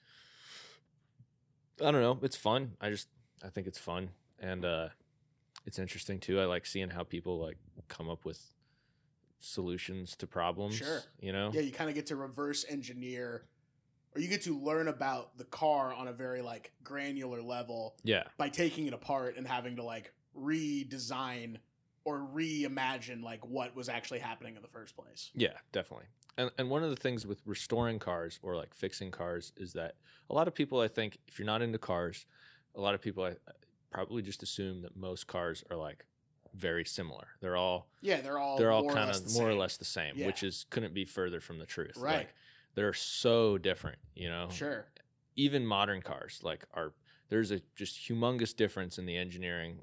C: I don't know. It's fun. I just I think it's fun. And uh it's interesting too. I like seeing how people like come up with solutions to problems.
B: Sure.
C: You know?
B: Yeah, you kind of get to reverse engineer, or you get to learn about the car on a very like granular level
C: yeah.
B: by taking it apart and having to like redesign or reimagine like what was actually happening in the first place.
C: Yeah, definitely. And and one of the things with restoring cars or like fixing cars is that a lot of people I think if you're not into cars, a lot of people I, I probably just assume that most cars are like very similar. They're all
B: Yeah, they're all
C: they're all
B: more
C: kind
B: less
C: of
B: the
C: more or
B: same.
C: less the same,
B: Yeah.
C: which is couldn't be further from the truth.
B: Right.
C: Like um, they're so different, you know.
B: sure.
C: Even modern cars like are there's a just humongous difference in the engineering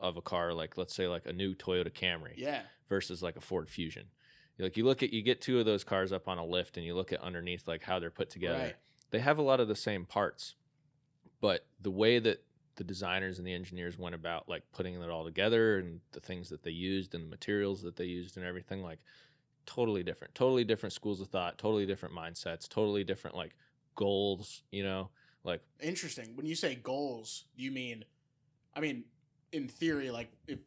C: of a car like let's say like a new Toyota Camry
B: Yeah,
C: versus like a Ford Fusion. Like you look at you get two of those cars up on a lift and you look at underneath like how they're put together.
B: Right.
C: They have a lot of the same parts. But the way that the designers and the engineers went about like putting it all together and the things that they used and the materials that they used and everything like totally different. Totally different schools of thought, totally different mindsets, totally different like goals, you know. Like
B: interesting. When you say goals, you mean, I mean, in theory, like if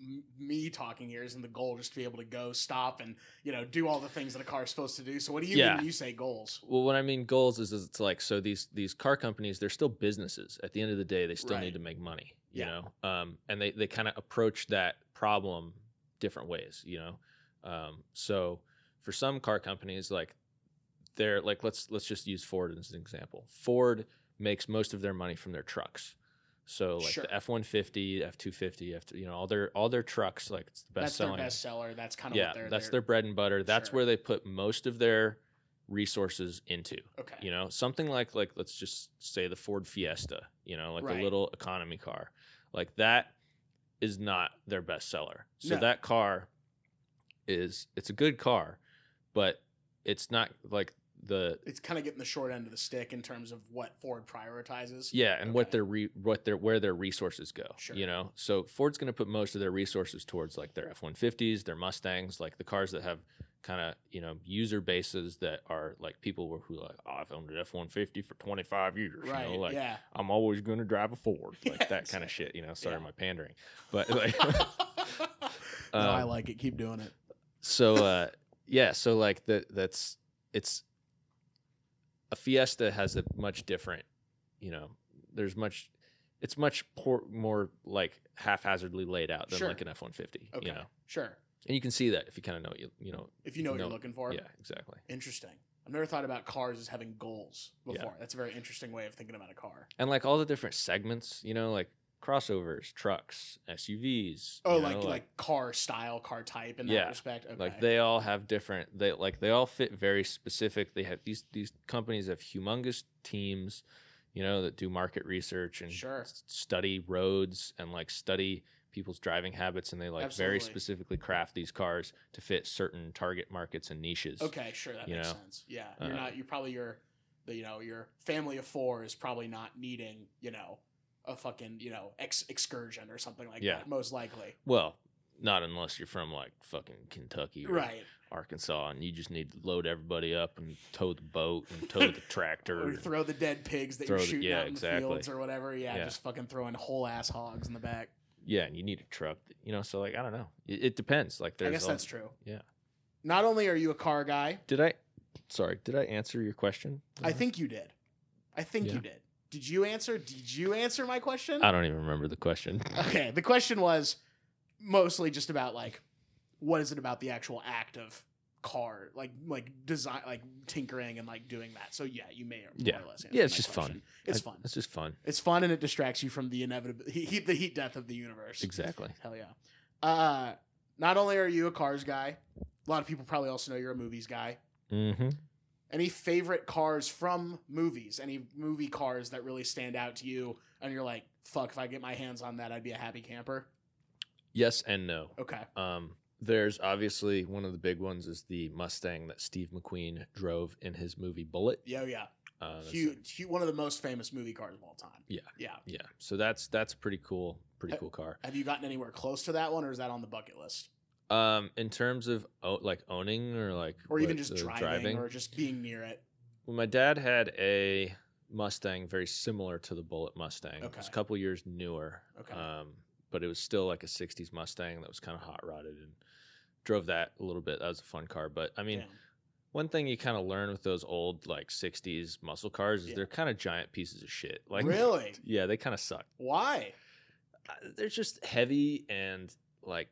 B: m- me talking here isn't the goal just to be able to go stop and you know do all the things that a car is supposed to do. So what do you mean
C: Yeah.
B: when you say goals?
C: Well, what I mean goals is, is it's like so these these car companies they're still businesses. At the end of the day, they still
B: Right.
C: need to make money, you
B: Yeah.
C: know. Um, and they they kind of approach that problem different ways, you know. Um, so for some car companies, like they're like let's let's just use Ford as an example. Ford makes most of their money from their trucks. So like
B: Sure.
C: the F one fifty, F two fifty, F you know all their all their trucks like it's the best
B: that's
C: selling
B: their bestseller. That's kind of
C: yeah,
B: what they're
C: that's their bread and butter. That's
B: Sure.
C: where they put most of their resources into.
B: okay.
C: You know, something like like let's just say the Ford Fiesta. You know, like
B: Right.
C: a little economy car, like that is not their best seller. So
B: No.
C: that car is it's a good car, but it's not like the
B: it's kind of getting the short end of the stick in terms of what Ford prioritizes.
C: Yeah, and what
B: Okay.
C: their re- what their where their resources go.
B: Sure.
C: You know, so Ford's going to put most of their resources towards like their F one fifties, their Mustangs, like the cars that have kind of you know user bases that are like people who- who are like oh, I've owned an F one fifty for twenty five years.
B: Right.
C: You know, like
B: yeah.
C: I'm always going to drive a Ford,
B: [LAUGHS] Yeah,
C: like that kind
B: exactly.
C: of shit. You know, sorry
B: Yeah.
C: my pandering, but like,
B: [LAUGHS]
C: [LAUGHS]
B: no, I
C: Um,
B: like it. Keep doing it.
C: so uh yeah so like that that's it's a fiesta has a much different you know there's much it's much poor, more like haphazardly laid out than
B: Sure.
C: like an f-150
B: Okay.
C: you know
B: Sure.
C: and you can see that if you kind of know what you you know
B: If you know what
C: No,
B: you're looking for.
C: yeah exactly
B: Interesting. I've never thought about cars as having goals
C: Yeah.
B: before. That's a very interesting way of thinking about a car.
C: and like all the different segments you know like crossovers trucks suvs
B: Oh,
C: you
B: like,
C: know,
B: like car style, car type in that
C: Yeah.
B: respect. Okay.
C: Like they all have different they like they all fit very specific. They have these these companies have humongous teams, you know, that do market research and
B: Sure.
C: s- study roads and like study people's driving habits and they like very
B: Absolutely.
C: specifically craft these cars to fit certain target markets and niches.
B: Okay, sure, that
C: you
B: makes
C: know,
B: sense. Yeah, you're
C: uh,
B: not. You're probably your, the, you know, your family of four is probably not needing, you know, a fucking, you know, ex- excursion or something like
C: Yeah.
B: that. Most likely,
C: Well, not unless you're from like fucking Kentucky or
B: right?
C: Arkansas and you just need to load everybody up and tow the boat and tow
B: [LAUGHS]
C: the tractor.
B: Or
C: and-
B: throw the dead pigs that
C: Throw
B: you're
C: the-
B: shooting
C: yeah,
B: out in
C: exactly.
B: the fields or whatever. Yeah,
C: Yeah.
B: just fucking throwing whole ass hogs in the back.
C: yeah, and you need a truck, you know, so like I don't know. It, it depends. Like there's
B: I guess
C: all-
B: that's true.
C: yeah.
B: Not only are you a car guy,
C: Did I? Sorry, did I answer your question?
B: I think you did. I think
C: Uh-huh. Yeah.
B: you did. Did you answer? Did you answer my question?
C: I don't even remember the question.
B: Okay, the question was mostly just about like what is it about the actual act of car like like design like tinkering and like doing that. So yeah, you may or more
C: Yeah.
B: or less. answer
C: Yeah, it's
B: my
C: just
B: question.
C: fun.
B: It's
C: I-
B: fun.
C: It's just fun.
B: It's fun and it distracts you from the inevitable heat, heat- the heat death of the universe.
C: Exactly.
B: Hell yeah. Uh not only are you a cars guy, a lot of people probably also know you're a movies guy.
C: Mm-hmm.
B: Any favorite cars from movies? Any movie cars that really stand out to you and you're like, fuck, if I get my hands on that, I'd be a happy camper?
C: Yes and no.
B: Okay.
C: Um, there's obviously one of the big ones is the Mustang that Steve McQueen drove in his movie Bullet.
B: Yeah, yeah.
C: Uh, that's-
B: huge, hu- one of the most famous movie cars of all time.
C: Yeah.
B: yeah,
C: Yeah. So that's that's pretty cool. pretty cool car.
B: Have you gotten anywhere close to that one, or is that on the bucket list,
C: Um, in terms of o- like owning or like
B: or even
C: what,
B: just
C: uh,
B: driving, or just being near it?
C: Well, my dad had a Mustang very similar to the Bullet Mustang. It was
B: Okay.
C: a couple years newer.
B: Okay.
C: Um, but it was still like a 60s Mustang that was kind of hot rodded and drove that a little bit. That was a fun car. But I mean,
B: Damn.
C: one thing you kind of learn with those old like 60s muscle cars is
B: Yeah.
C: they're kind of giant pieces of shit. Like,
B: really?
C: Yeah, they kind of suck.
B: Why?
C: Uh, They're just heavy and like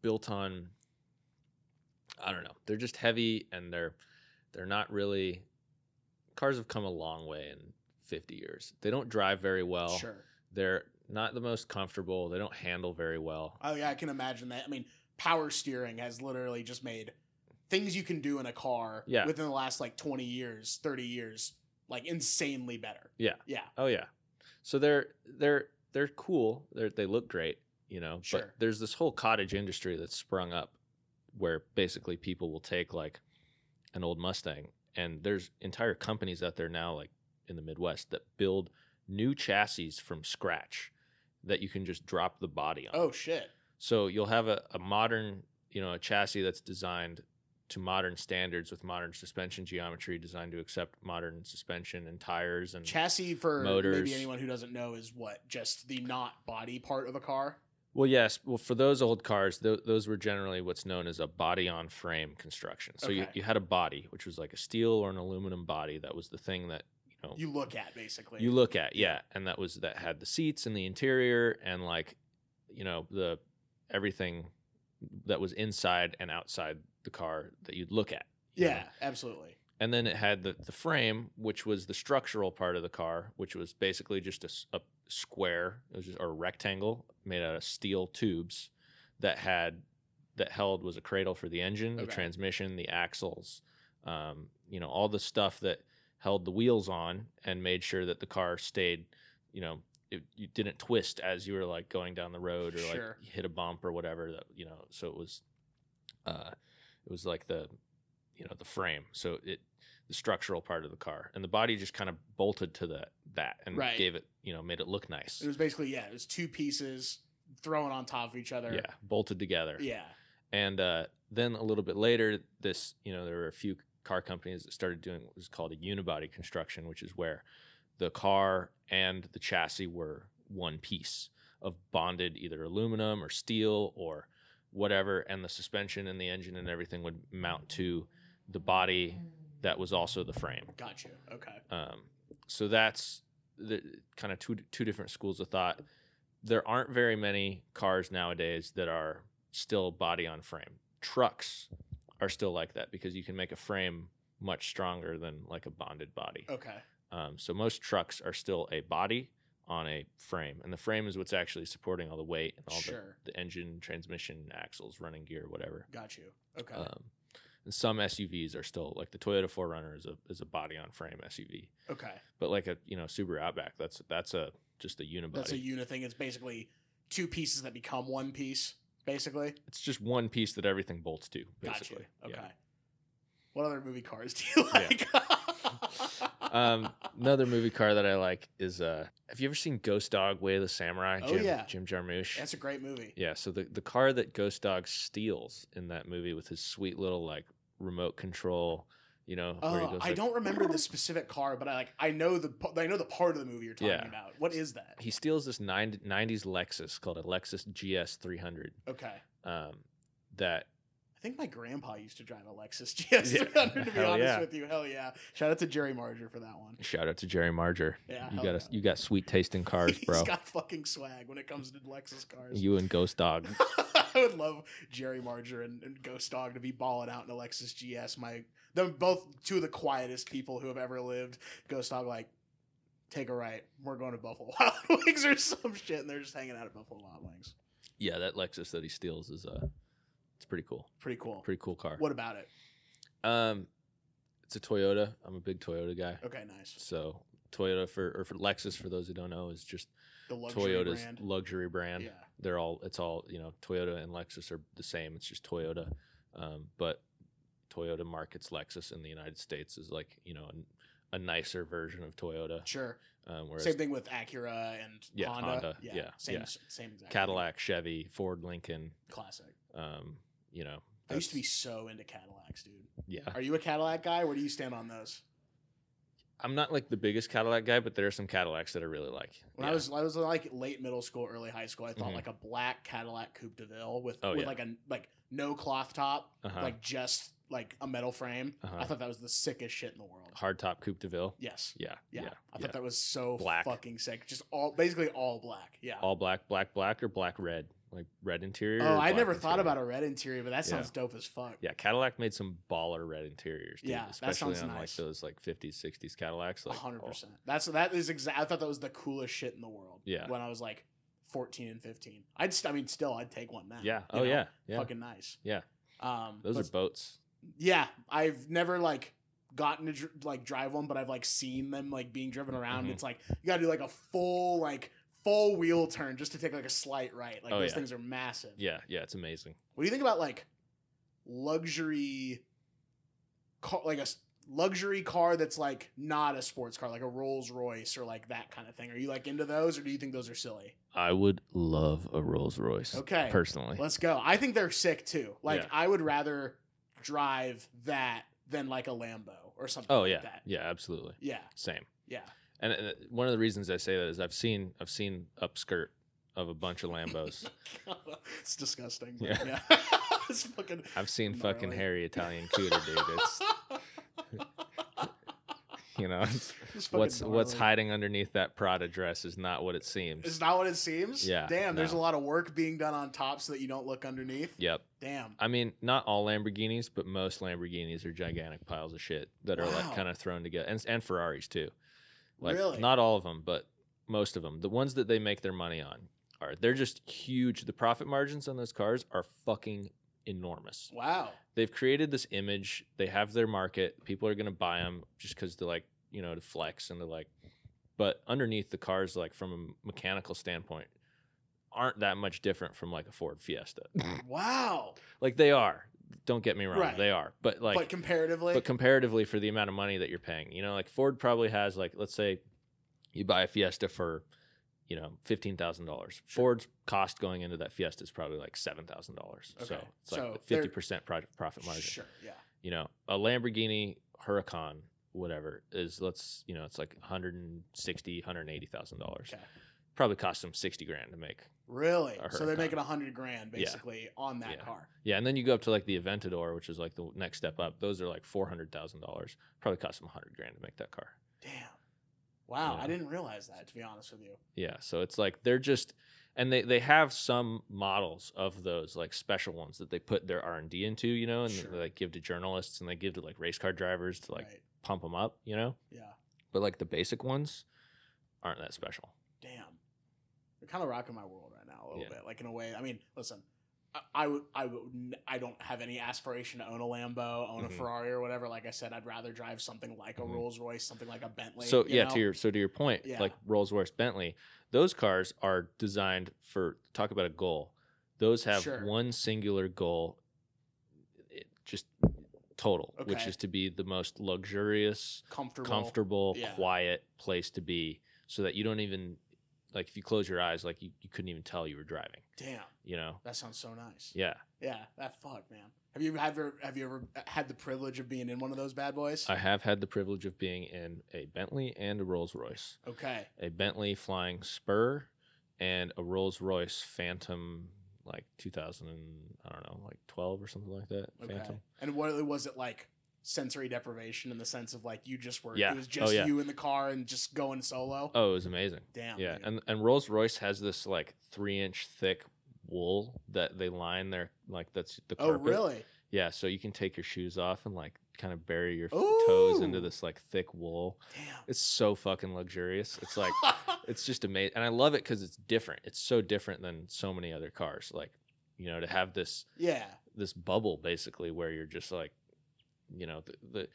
C: built on. I don't know. They're just heavy and they're they're not really. Cars have come a long way in 50 years. They don't drive very well.
B: sure.
C: They're not the most comfortable. They don't handle very well.
B: Oh yeah, I can imagine that. I mean, power steering has literally just made things you can do in a car
C: Yeah.
B: within the last like 20 years, 30 years, like insanely better.
C: Yeah.
B: Yeah.
C: Oh yeah. So they're they're they're cool. They they look great, you know.
B: Sure.
C: But there's this whole cottage industry that's sprung up where basically people will take like an old Mustang and there's entire companies out there now like in the Midwest that build new chassis from scratch that you can just drop the body on.
B: Oh shit.
C: So you'll have a, a modern, you know, a chassis that's designed to modern standards with modern suspension geometry designed to accept modern suspension and tires and
B: Chassis for
C: Motors.
B: maybe anyone who doesn't know is what just the not body part of a car.
C: Well, yes. Well, for those old cars, th- those were generally what's known as a body on frame construction. So you,
B: Okay.
C: you had a body, which was like a steel or an aluminum body. That was the thing that you know Oh. you,
B: You look at basically.
C: look at, yeah. And that was that had the seats and the interior and like you know the everything that was inside and outside the car that you'd look at. you
B: yeah,
C: know?
B: absolutely.
C: and then it had the, the frame which was the structural part of the car which was basically just a, s- a square it was just, or a rectangle made out of steel tubes that had that held was a cradle for the engine the
B: Okay.
C: transmission the axles um, you know all the stuff that held the wheels on and made sure that the car stayed you know it, you didn't twist as you were like going down the road or
B: Sure.
C: like hit a bump or whatever that you know so it was uh it was like the you know the frame so it the structural part of the car and the body just kind of bolted to the that and
B: Right.
C: gave it you know made it look nice
B: It was basically yeah, it was two pieces thrown on top of each other.
C: yeah bolted together
B: Yeah.
C: and uh, then a little bit later this you know there were a few car companies that started doing what was called a unibody construction which is where the car and the chassis were one piece of bonded either aluminum or steel or whatever and the suspension and the engine and everything would mount to the body that was also the frame
B: Got you. Okay.
C: Um, so that's the kind of two two different schools of thought. There aren't very many cars nowadays that are still body on frame. Trucks are still like that because you can make a frame much stronger than like a bonded body.
B: Okay.
C: Um, so most trucks are still a body on a frame, and the frame is what's actually supporting all the weight and all
B: Sure.
C: the, the engine, transmission, axles, running gear, whatever.
B: Got you. Okay.
C: Um, and some SUVs are still like the Toyota 4Runner is a is a body on frame SUV
B: okay.
C: but like a you know Subaru Outback, that's that's a just a unibody.
B: That's a unit thing. It's basically two pieces that become one piece, basically.
C: it's just one piece that everything bolts to. Basically.
B: Got you.
C: Yeah.
B: Okay. What other movie cars [LAUGHS] do you like? [LAUGHS]
C: Um, another movie car that I like is uh, have you ever seen Ghost Dog Way of the Samurai?
B: Oh,
C: Jim,
B: yeah.
C: Jim Jarmusch.
B: That's a great movie.
C: yeah, so the the car that Ghost Dog steals in that movie with his sweet little like remote control, you know,
B: Uh,
C: where he goes
B: I
C: like-
B: don't remember the specific car, but I like I know the p- I know the part of the movie you're talking
C: Yeah.
B: about. What is that?
C: He steals this 90, 90s Lexus called a Lexus GS 300
B: Okay, I
C: um, that
B: think my grandpa used to drive a Lexus [LAUGHS] GS300. to be
C: Hell
B: honest
C: yeah.
B: with you, hell yeah! Shout out to Jerry Marger for that
C: [LAUGHS]
B: one.
C: shout out to Jerry Marger.
B: Yeah,
C: you
B: Ah, hell
C: got a,
B: yeah.
C: you got sweet taste in cars,
B: [LAUGHS]
C: bro.
B: He's got fucking swag when it comes to Lexus cars.
C: You and
B: [LAUGHS]
C: Ghost Dog.
B: I would love Jerry Marger and, and Ghost Dog to be balling out in a Lexus GS. My they're both two of the quietest people who have ever lived. Ghost Dog like take a right. We're going to Buffalo [LAUGHS] Wild Wings or some shit, and they're just hanging out at Buffalo Wild Wings.
C: yeah, that Lexus that he steals is uh it's pretty cool.
B: Pretty cool.
C: Pretty cool car.
B: Oh, What about it?
C: Um it's a Toyota. I'm a big Toyota guy.
B: Okay, nice.
C: So Toyota for or for Lexus for those who don't know is just
B: The luxury
C: Toyota's
B: brand.
C: luxury brand.
B: Yeah.
C: They're all it's all, you know, Toyota and Lexus are the same. It's just Toyota. Um but Toyota markets Lexus in the United States is like, you know, an, a nicer version of Toyota.
B: Sure.
C: Um, whereas
B: Same thing with Acura and
C: Yeah,
B: Honda.
C: Honda.
B: Yeah,
C: Yeah,
B: same,
C: yeah.
B: same exact.
C: Cadillac, Chevy, Ford, Lincoln,
B: Classic.
C: um, you know.
B: I used to be
C: that's-
B: so into Cadillacs, dude.
C: Yeah.
B: Are you a Cadillac guy? Where do you stand on those?
C: I'm not like the biggest Cadillac guy, but there are some Cadillacs that I really like.
B: When I
C: Yeah.
B: was I was like late middle school, early high school, I thought
C: Mhm.
B: like a black Cadillac Coupe de Ville with
C: Oh,
B: with
C: yeah.
B: like a like no cloth top,
C: Uh-huh.
B: like just like a metal frame. I
C: Uh-huh.
B: thought that was the sickest shit in the world.
C: hardtop Coupe de Ville.
B: Yes.
C: Yeah.
B: Yeah.
C: Yeah.
B: I
C: yeah.
B: thought that was so
C: Black.
B: fucking sick. Just all basically all black. Yeah.
C: All black, black, black, or black, red. Like red interior.
B: oh,
C: or
B: I
C: black
B: never thought
C: interior.
B: about a red interior, but that
C: Yeah.
B: sounds dope as fuck.
C: Yeah, Cadillac made some baller red interiors. Dude,
B: Yeah, that
C: especially
B: sounds
C: on
B: nice.
C: like those like 50s, 60s Cadillacs. Like, oh,
B: hundred percent. That's that is exact. I thought that was the coolest shit in the world.
C: Yeah.
B: When I was like fourteen and fifteen, I'd st- I mean still I'd take one now.
C: Yeah.
B: you
C: Oh
B: know?
C: yeah. Yeah.
B: Fucking nice.
C: Yeah.
B: Um.
C: those
B: but-
C: are boats.
B: Yeah, I've never like gotten to dr- like drive one, but I've like seen them like being driven around.
C: Mhm.
B: It's like you gotta do like a full like full wheel turn just to take like a slight right. Like
C: Oh,
B: those
C: yeah.
B: things are massive.
C: Yeah. Yeah. It's amazing.
B: What do you think about like luxury car, like a s- luxury car that's like not a sports car, like a Rolls Royce or like that kind of thing? Are you like into those, or do you think those are silly?
C: I would love a Rolls Royce.
B: Okay.
C: Personally.
B: Let's go. I think they're sick too. Like
C: Yeah.
B: I would rather drive that than like a Lambo or something.
C: Oh
B: like
C: yeah.
B: that.
C: Yeah. Absolutely.
B: yeah,
C: Same.
B: yeah. [LAUGHS]
C: And uh, one of the reasons I say that is I've seen I've seen upskirt of a bunch of Lambos.
B: it's disgusting. but yeah, [LAUGHS]
C: Yeah.
B: it's fucking. [LAUGHS]
C: I've seen fucking
B: Gnarly.
C: hairy Italian cooter, dude. It's
B: [LAUGHS]
C: you know it's-
B: It's fucking
C: what's what's
B: gnarly.
C: hiding underneath that Prada dress is not what it seems.
B: It's not what it seems.
C: Yeah,
B: Damn, there's a
C: no.
B: lot of work being done on top so that you don't look underneath.
C: Yep.
B: Damn.
C: I mean, not all Lamborghinis, but most Lamborghinis are gigantic piles of shit that are
B: Wow.
C: like kind of thrown together, and and Ferraris too. Like
B: Really?
C: not all of them, but most of them. The ones that they make their money on are they're just huge. The profit margins on those cars are fucking enormous.
B: Wow.
C: [LAUGHS] They've created this image. They have their market. People are gonna buy them just because they're like you know to flex and they're like. But underneath the cars, like from a mechanical standpoint, aren't that much different from like a Ford Fiesta.
B: Wow.
C: Like they are. Don't get me wrong.
B: Right.
C: They are. But like
B: but
C: but,
B: comparatively,
C: comparatively for the amount of money that you're paying, you know, like Ford probably has like let's say you buy a Fiesta for you know, fifteen thousand dollars. Ford's cost going into that Fiesta is probably like seven thousand dollars. So
B: Okay.
C: it's like
B: So they're-
C: fifty percent profit margin.
B: sure. Yeah.
C: You know, a Lamborghini Huracan, whatever, is let's you know, it's like 160, 180000 dollars.
B: Okay.
C: Probably cost them sixty grand to make.
B: Really?
C: I heard
B: So they're
C: about
B: making
C: it.
B: a hundred grand
C: Yeah.
B: basically on that
C: Yeah.
B: car.
C: Yeah, and then you go up to like the Aventador, which is like the next step up. Those are like four hundred thousand dollars. Probably cost them a hundred grand to make that car.
B: Damn. Wow.
C: Yeah.
B: I didn't realize that. To be honest with you.
C: Yeah, so it's like they're just, and they they have some models of those like special ones that they put their R and D into, you know, and
B: Sure.
C: they like give to journalists and they give to like race car drivers to like
B: right.
C: pump them up, you know.
B: Yeah.
C: But like the basic ones aren't that special.
B: damn, they're kind of rocking my world right now a little
C: Yeah.
B: bit. Like in a way, I mean, listen, I, I would, I would, n- I don't have any aspiration to own a Lambo, own a
C: Mhm.
B: Ferrari or whatever. Like I said, I'd rather drive something like a
C: Mhm.
B: Rolls Royce, something like a Bentley.
C: so
B: you
C: yeah,
B: know?
C: to your so to your point,
B: Yeah.
C: like Rolls Royce, Bentley, those cars are designed for talk about a goal. Those have
B: Sure.
C: one singular goal, it, just total, which
B: Okay.
C: is to be the most luxurious,
B: comfortable,
C: comfortable,
B: Yeah.
C: quiet place to be, so that you don't even like if you close your eyes, like you, you couldn't even tell you were driving.
B: Damn,
C: You know?
B: that sounds so nice.
C: Yeah,
B: Yeah, that fuck, man. Have you ever, have you ever had the privilege of being in one of those bad boys?
C: I have had the privilege of being in a Bentley and a Rolls Royce.
B: okay,
C: a Bentley Flying Spur and a Rolls Royce Phantom, like 2000, and, I don't know, like 12 or something like that.
B: okay.
C: Phantom.
B: And what was it like? Sensory deprivation in the sense of like you just were,
C: Yeah.
B: it was
C: Oh,
B: just
C: yeah.
B: you in the car and just going solo.
C: Oh, it was amazing.
B: Damn,
C: yeah,
B: dude.
C: and and Rolls Royce has this like three inch thick wool that they line their like that's the
B: oh
C: carpet.
B: really?
C: Yeah, so you can take your shoes off and like kind of bury your f- toes into
B: Ooh.
C: this like thick wool.
B: Damn.
C: It's so fucking luxurious.
B: [LAUGHS]
C: It's like it's just amazing and i love it because it's different it's so different than so many other cars like you know to have this
B: yeah,
C: this bubble basically where you're just like you know the, the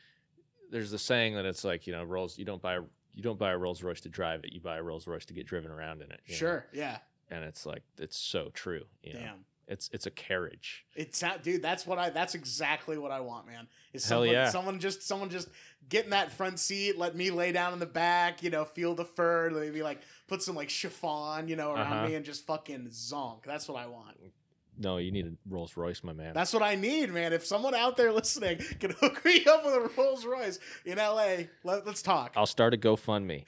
C: there's the saying that it's like you know rolls you don't buy you don't buy a rolls royce to drive it you buy a rolls royce to get driven around in it you know?
B: sure, yeah,
C: and it's like it's so true you know?
B: damn.
C: It's it's a carriage.
B: It's not, dude. That's what I. That's exactly what I want, man. Is
C: Hell
B: someone,
C: yeah.
B: someone just someone just get in that front seat, let me lay down in the back, you know, feel the fur, maybe like put some like chiffon, you know, around
C: Uh-huh.
B: me, and just fucking zonk. That's what I want.
C: No, you need a Rolls Royce, my man.
B: That's what I need, man. If someone out there listening [LAUGHS] can hook me up with a Rolls Royce in L.A., let, let's talk.
C: I'll start a GoFundMe.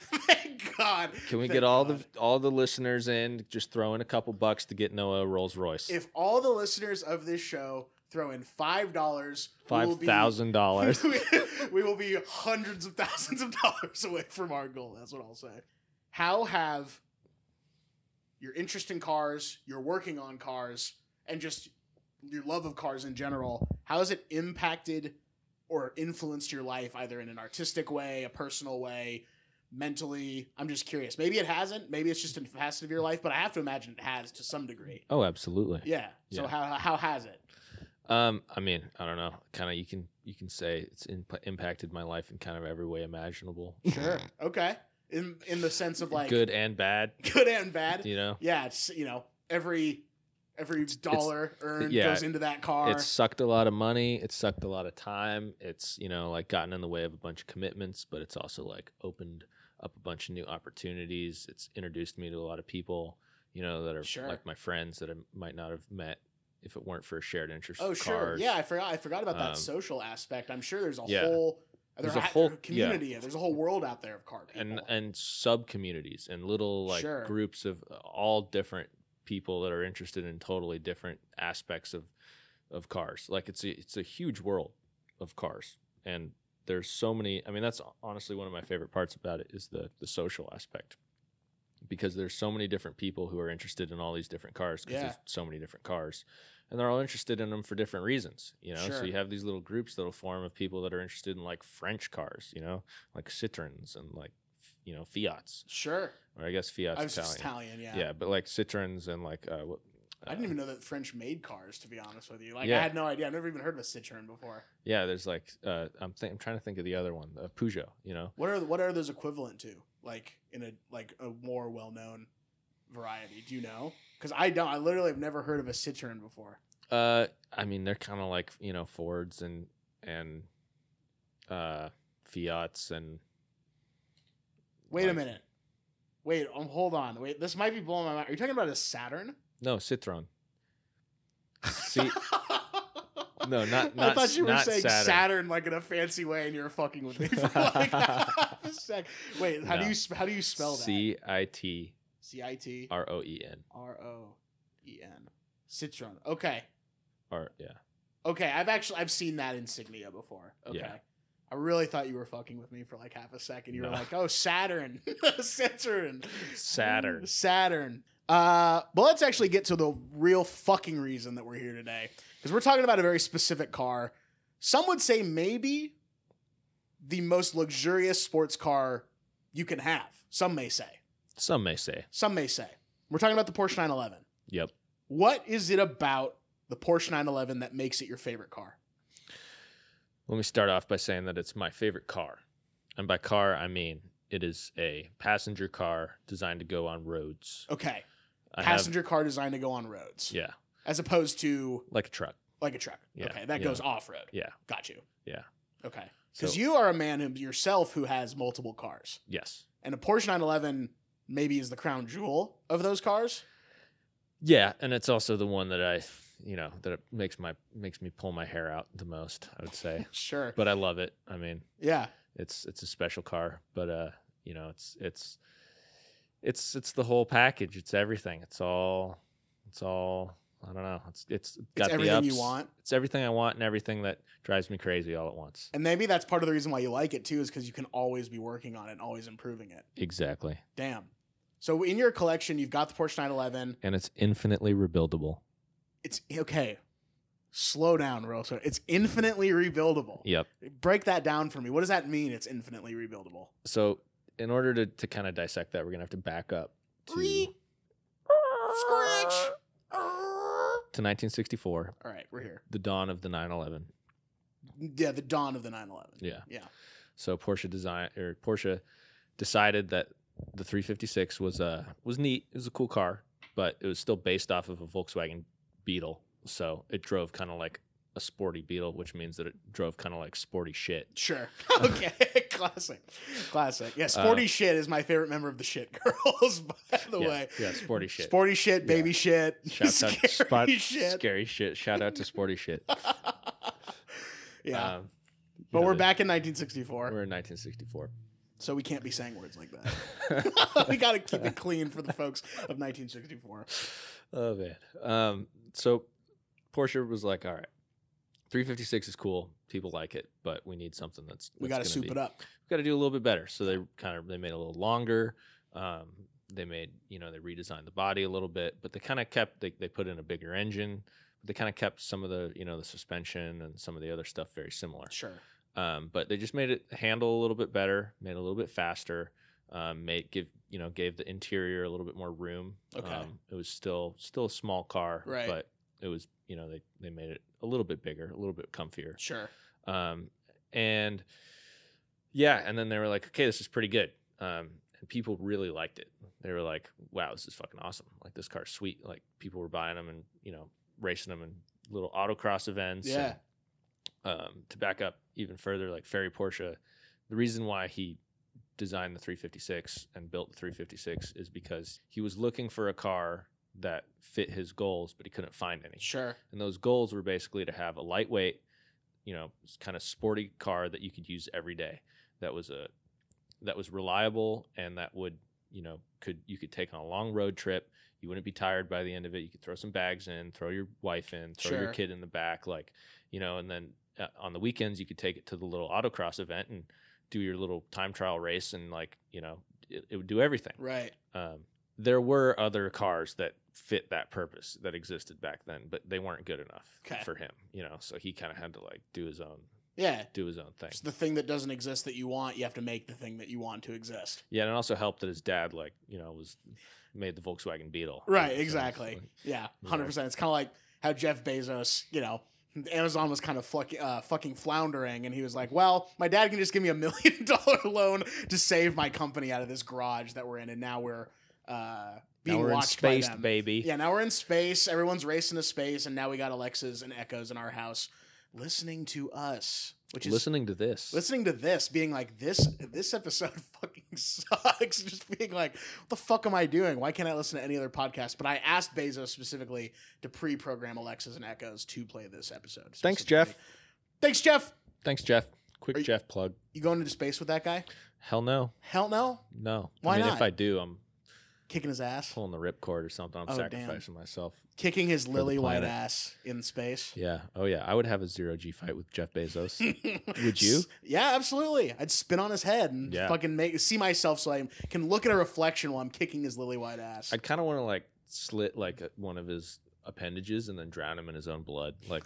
B: [LAUGHS] Thank God.
C: Can we
B: Thank
C: get
B: [LAUGHS]
C: all
B: God.
C: the all the listeners in? Just throw in a couple bucks to get Noah a Rolls Royce.
B: If all the listeners of this show throw in five dollars,
C: Five thousand dollars.
B: [LAUGHS] we will be hundreds of thousands of dollars away from our goal. That's what I'll say. How have your interest in cars, your working on cars, and just your love of cars in general, how has it impacted or influenced your life either in an artistic way, a personal way, mentally? I'm just curious. Maybe it hasn't. Maybe it's just a facet of your life, but I have to imagine it has to some degree.
C: Oh, absolutely.
B: Yeah. So
C: Yeah.
B: how how has it?
C: Um, I mean, I don't know. Kind of, you can you can say it's in, impacted my life in kind of every way imaginable.
B: Sure. Okay. In in the sense of like
C: good and bad.
B: [LAUGHS] good and bad.
C: You know,
B: Yeah, it's you know every every dollar earned
C: yeah,
B: goes into that car.
C: it's sucked a lot of money. It's sucked a lot of time. It's you know like gotten in the way of a bunch of commitments, but it's also like opened up a bunch of new opportunities. It's introduced me to a lot of people. You know that are
B: Sure.
C: like my friends that I might not have met if it weren't for a shared interest.
B: oh
C: in
B: sure,
C: cars.
B: yeah. I forgot. I forgot about that
C: Um,
B: social aspect. I'm sure there's a
C: yeah.
B: whole there's a whole community.
C: yeah.
B: There's a whole world out there of car people.
C: and and sub communities and little like
B: Sure.
C: groups of uh, all different people that are interested in totally different aspects of of cars like it's a, it's a huge world of cars and there's so many i mean that's honestly one of my favorite parts about it is the the social aspect because there's so many different people who are interested in all these different cars because
B: Yeah.
C: there's so many different cars and they're all interested in them for different reasons you know
B: Sure.
C: so you have these little groups that'll form of people that are interested in like french cars you know like citroens and like f- you know fiats
B: sure,
C: or i guess fiats
B: I was
C: italian.
B: just Italian. Yeah.
C: yeah. but like citroens and like uh, what,
B: I didn't even know that French made cars. To be honest with you, like I
C: Yeah.
B: had no idea. I've never even heard of a Citroen before.
C: yeah there's like uh, i'm think i'm trying to think of the other one uh, peugeot you know
B: What are what are those equivalent to? Like in a like a more well known variety? Do you know? Because I don't. I literally have never heard of a Citroen before.
C: Uh, I mean, they're kind of like you know Fords and and uh Fiats and
B: Wait a
C: Like-
B: minute. Wait, um, hold on. Wait, this might be blowing my mind. Are you talking about a Saturn? [LAUGHS]
C: no Citroen. See, no, not not
B: I thought you were
C: not
B: saying Saturn.
C: Saturn.
B: like in a fancy way, and you were fucking with me for like [LAUGHS] half a sec. Wait, how do
C: No.
B: you sp- how do you spell that?
C: C I T
B: C I T
C: R O E N
B: R O E N. Citron. Okay,
C: or yeah.
B: okay. I've actually I've seen that insignia before. Okay.
C: Yeah.
B: I really thought you were fucking with me for like half a second. You were
C: No.
B: like, "Oh, Saturn, [LAUGHS] Saturn,
C: Saturn.
B: Mm, Saturn. Uh, but let's actually get to the real fucking reason that we're here today. Because we're talking about a very specific car. Some would say maybe the most luxurious sports car you can have. Some may say.
C: Some may say.
B: Some may say. We're talking about the Porsche 911.
C: Yep.
B: What is it about the Porsche 911 that makes it your favorite car?
C: Let me start off by saying that it's my favorite car. And by car, I mean it is a passenger car designed to go on roads.
B: Okay.
C: I have-
B: Passenger car designed to go on roads
C: yeah,
B: as opposed to
C: like a truck.
B: like a truck.
C: Yeah,
B: Okay. That
C: yeah.
B: goes off road.
C: Yeah.
B: Got you.
C: Yeah.
B: Okay.
C: So
B: Because you are a man who, yourself who has multiple cars.
C: yes,
B: and a Porsche 911 maybe is the crown jewel of those cars.
C: Yeah, and it's also the one that I, you know, that it makes my makes me pull my hair out the most. I would say,
B: Sure.
C: but I love it. I mean,
B: yeah.
C: it's it's a special car, but uh, you know, it's it's it's it's the whole package. It's everything. It's all. It's all. I don't know. It's it's got the
B: everything you
C: ups.
B: want.
C: It's everything I want and everything that drives me crazy all at once.
B: And maybe that's part of the reason why you like it too, is because you can always be working on it and always improving it.
C: Exactly,
B: Damn. So in your collection, you've got the Porsche 911.
C: and it's infinitely rebuildable.
B: It's okay. Slow down, real slow. It's infinitely rebuildable.
C: Yep.
B: Break that down for me. What does that mean? It's infinitely rebuildable.
C: So, in order to to kind of dissect that, we're gonna have to back up to
B: Scratch.
C: to 1964,
B: All right, we're here.
C: the dawn of the 911.
B: Yeah, the dawn of the 911.
C: Yeah.
B: Yeah.
C: So Porsche design or Porsche decided that the 356 was uh was neat. It was a cool car, but it was still based off of a Volkswagen Beetle, so it drove kind of like a sporty Beetle, which means that it drove kind of like
B: [LAUGHS]
C: sporty shit. [LAUGHS]
B: Sure. Okay. Classic. Classic. Yeah. Sporty shit is my favorite member of the shit girls, [LAUGHS] by the
C: Uh, yeah,
B: way.
C: yeah, sporty shit.
B: Sporty shit, baby shit, [LAUGHS]
C: Shout out
B: scary
C: to spot,
B: shit. [LAUGHS]
C: scary shit. Shout out to sporty shit.
B: yeah.
C: Um, you
B: but
C: know,
B: we're
C: the-
B: back in 1964,
C: We're
B: [LAUGHS]
C: in [LAUGHS] 1964.
B: so we can't be saying words like
C: [LAUGHS]
B: that. [LAUGHS] we got to keep it clean for the folks of 1964.
C: [LAUGHS] Oh man. Um, so Porsche was like, all right, 356 is cool. People like it, but we need something that's
B: We
C: got
B: got to soup it up.
C: Got to do a little bit better. So they kind of they made it a little longer. Um, they made you know they redesigned the body a little bit, but they kind of kept they they put in a bigger engine. But they kind of kept some of the you know the suspension and some of the other stuff very similar.
B: Sure.
C: um, but they just made it handle a little bit better, made it a little bit faster, um, made give you know gave the interior a little bit more room.
B: Okay.
C: Um, it was still still a small car,
B: Right.
C: but it was you know they they made it a little bit bigger, a little bit comfier,
B: Sure.
C: um, and yeah, and then they were like, okay, this is pretty good, um, and people really liked it. They were like, wow, this is fucking awesome. Like this car's sweet. Like people were buying them and you know racing them in little autocross events. and-
B: Yeah.
C: um, to back up even further, like Ferry Porsche, the reason why he designed the 356 and built the 356 is because he was looking for a car that fit his goals, but he couldn't find any.
B: Sure.
C: And those goals were basically to have a lightweight, you know, kind of sporty car that you could use every day. That was a that was reliable and that would, you know, could you could take on a long road trip. You wouldn't be tired by the end of it. You could throw some bags in, throw your wife in, throw
B: Sure.
C: your kid in the back, like, you know, and then uh, on the weekends you could take it to the little autocross event and do your little time trial race and like, you know, it, it would do everything
B: Right.
C: um, there were other cars that fit that purpose that existed back then, but they weren't good enough
B: Okay.
C: for him, you know. So he kind of had to like do his own
B: Yeah.
C: do his own thing.
B: It's the thing that doesn't exist that you want. You have to make the thing that you want to exist.
C: yeah, and it also helped that his dad like you know was made the Volkswagen Beetle.
B: Right.
C: So-
B: Exactly. Yeah.
C: Yeah.
B: Hundred percent. It's kind of like how Jeff Bezos, you know. Amazon was kind of fluck, uh, fucking floundering, and he was like, "Well, my dad can just give me a [LAUGHS] million dollar loan to save my company out of this garage that we're in, and now we're uh,
C: Now
B: being
C: we're in
B: watched
C: space,
B: by them."
C: baby.
B: Yeah, now we're in space. Everyone's racing to space, and now we got Alexas and Echoes in our house listening to us, which is
C: listening to this.
B: listening to this being like this this episode [LAUGHS] fucking sucks [LAUGHS] just being like what the fuck am i doing why can't i listen to any other podcast but i asked bezos specifically to pre-program alexas and echoes to play this episode
C: Thanks,
B: specifically.
C: Jeff.
B: thanks jeff
C: Thanks, Jeff. Quick
B: Are you-
C: Jeff plug.
B: you going into space with that guy
C: Hell no,
B: hell no
C: no.
B: Why
C: I mean,
B: not?
C: If I do, I'm
B: kicking his ass
C: pulling the ripcord or something. I'm
B: Oh, damn.
C: sacrificing myself.
B: kicking his lily white
C: planet.
B: ass in space
C: Yeah. Oh yeah. I would have a zero G fight with
B: [LAUGHS]
C: Jeff Bezos. Would you?
B: Yeah, absolutely. I'd spin on his head and
C: Yeah.
B: fucking make see myself so I can look at a reflection while I'm kicking his lily white ass.
C: I kind of want to like slit like a- one of his appendages and then drown him in his own blood, like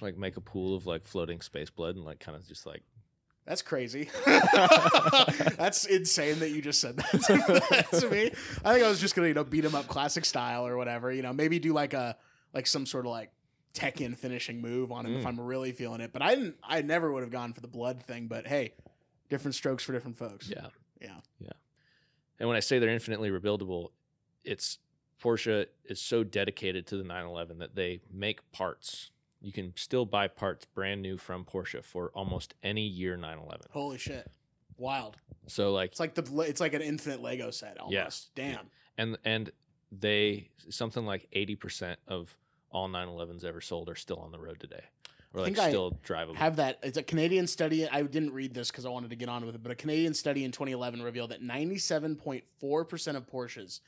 C: like make a pool of like floating space blood and like kind of just like
B: That's crazy. [LAUGHS] That's insane that you just said that to, [LAUGHS] to me. I think I was just gonna, you know, beat him up classic style or whatever. You know, maybe do like a like some sort of like Tekken finishing move on him if
C: Mm.
B: I'm really feeling it. But I didn't. I never would have gone for the blood thing. But hey, different strokes for different folks.
C: yeah
B: Yeah.
C: yeah. And when I say they're infinitely rebuildable, it's Porsche is so dedicated to the 911 that they make parts. You can still buy parts brand new from Porsche for almost any year 911.
B: Holy shit, wild!
C: So like
B: It's like the le- it's like an infinite Lego set almost. Damn.
C: and and they something like 80% of all 911s ever sold are still on the road today or
B: I
C: like
B: think I
C: still drivable
B: have that it's a canadian study i didn't read this because i wanted to get on with it but a canadian study in 2011 revealed that 97.4% of porsches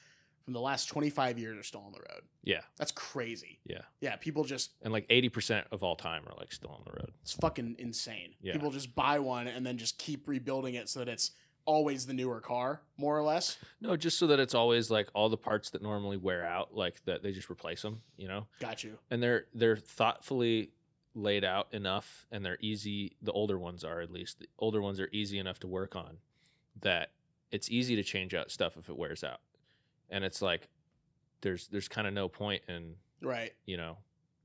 B: from the last 25 years are still on the road
C: yeah
B: that's crazy
C: Yeah.
B: yeah people just
C: and like 80% of all time are like still on the road
B: it's fucking insane
C: Yeah.
B: people just buy one and then just keep rebuilding it so that it's always the newer car more or less
C: no just so that it's always like all the parts that normally wear out like that they just replace them you know
B: got you
C: and they're they're thoughtfully laid out enough and they're easy the older ones are at least the older ones are easy enough to work on that it's easy to change out stuff if it wears out and it's like there's there's kind of no point in
B: right
C: you know,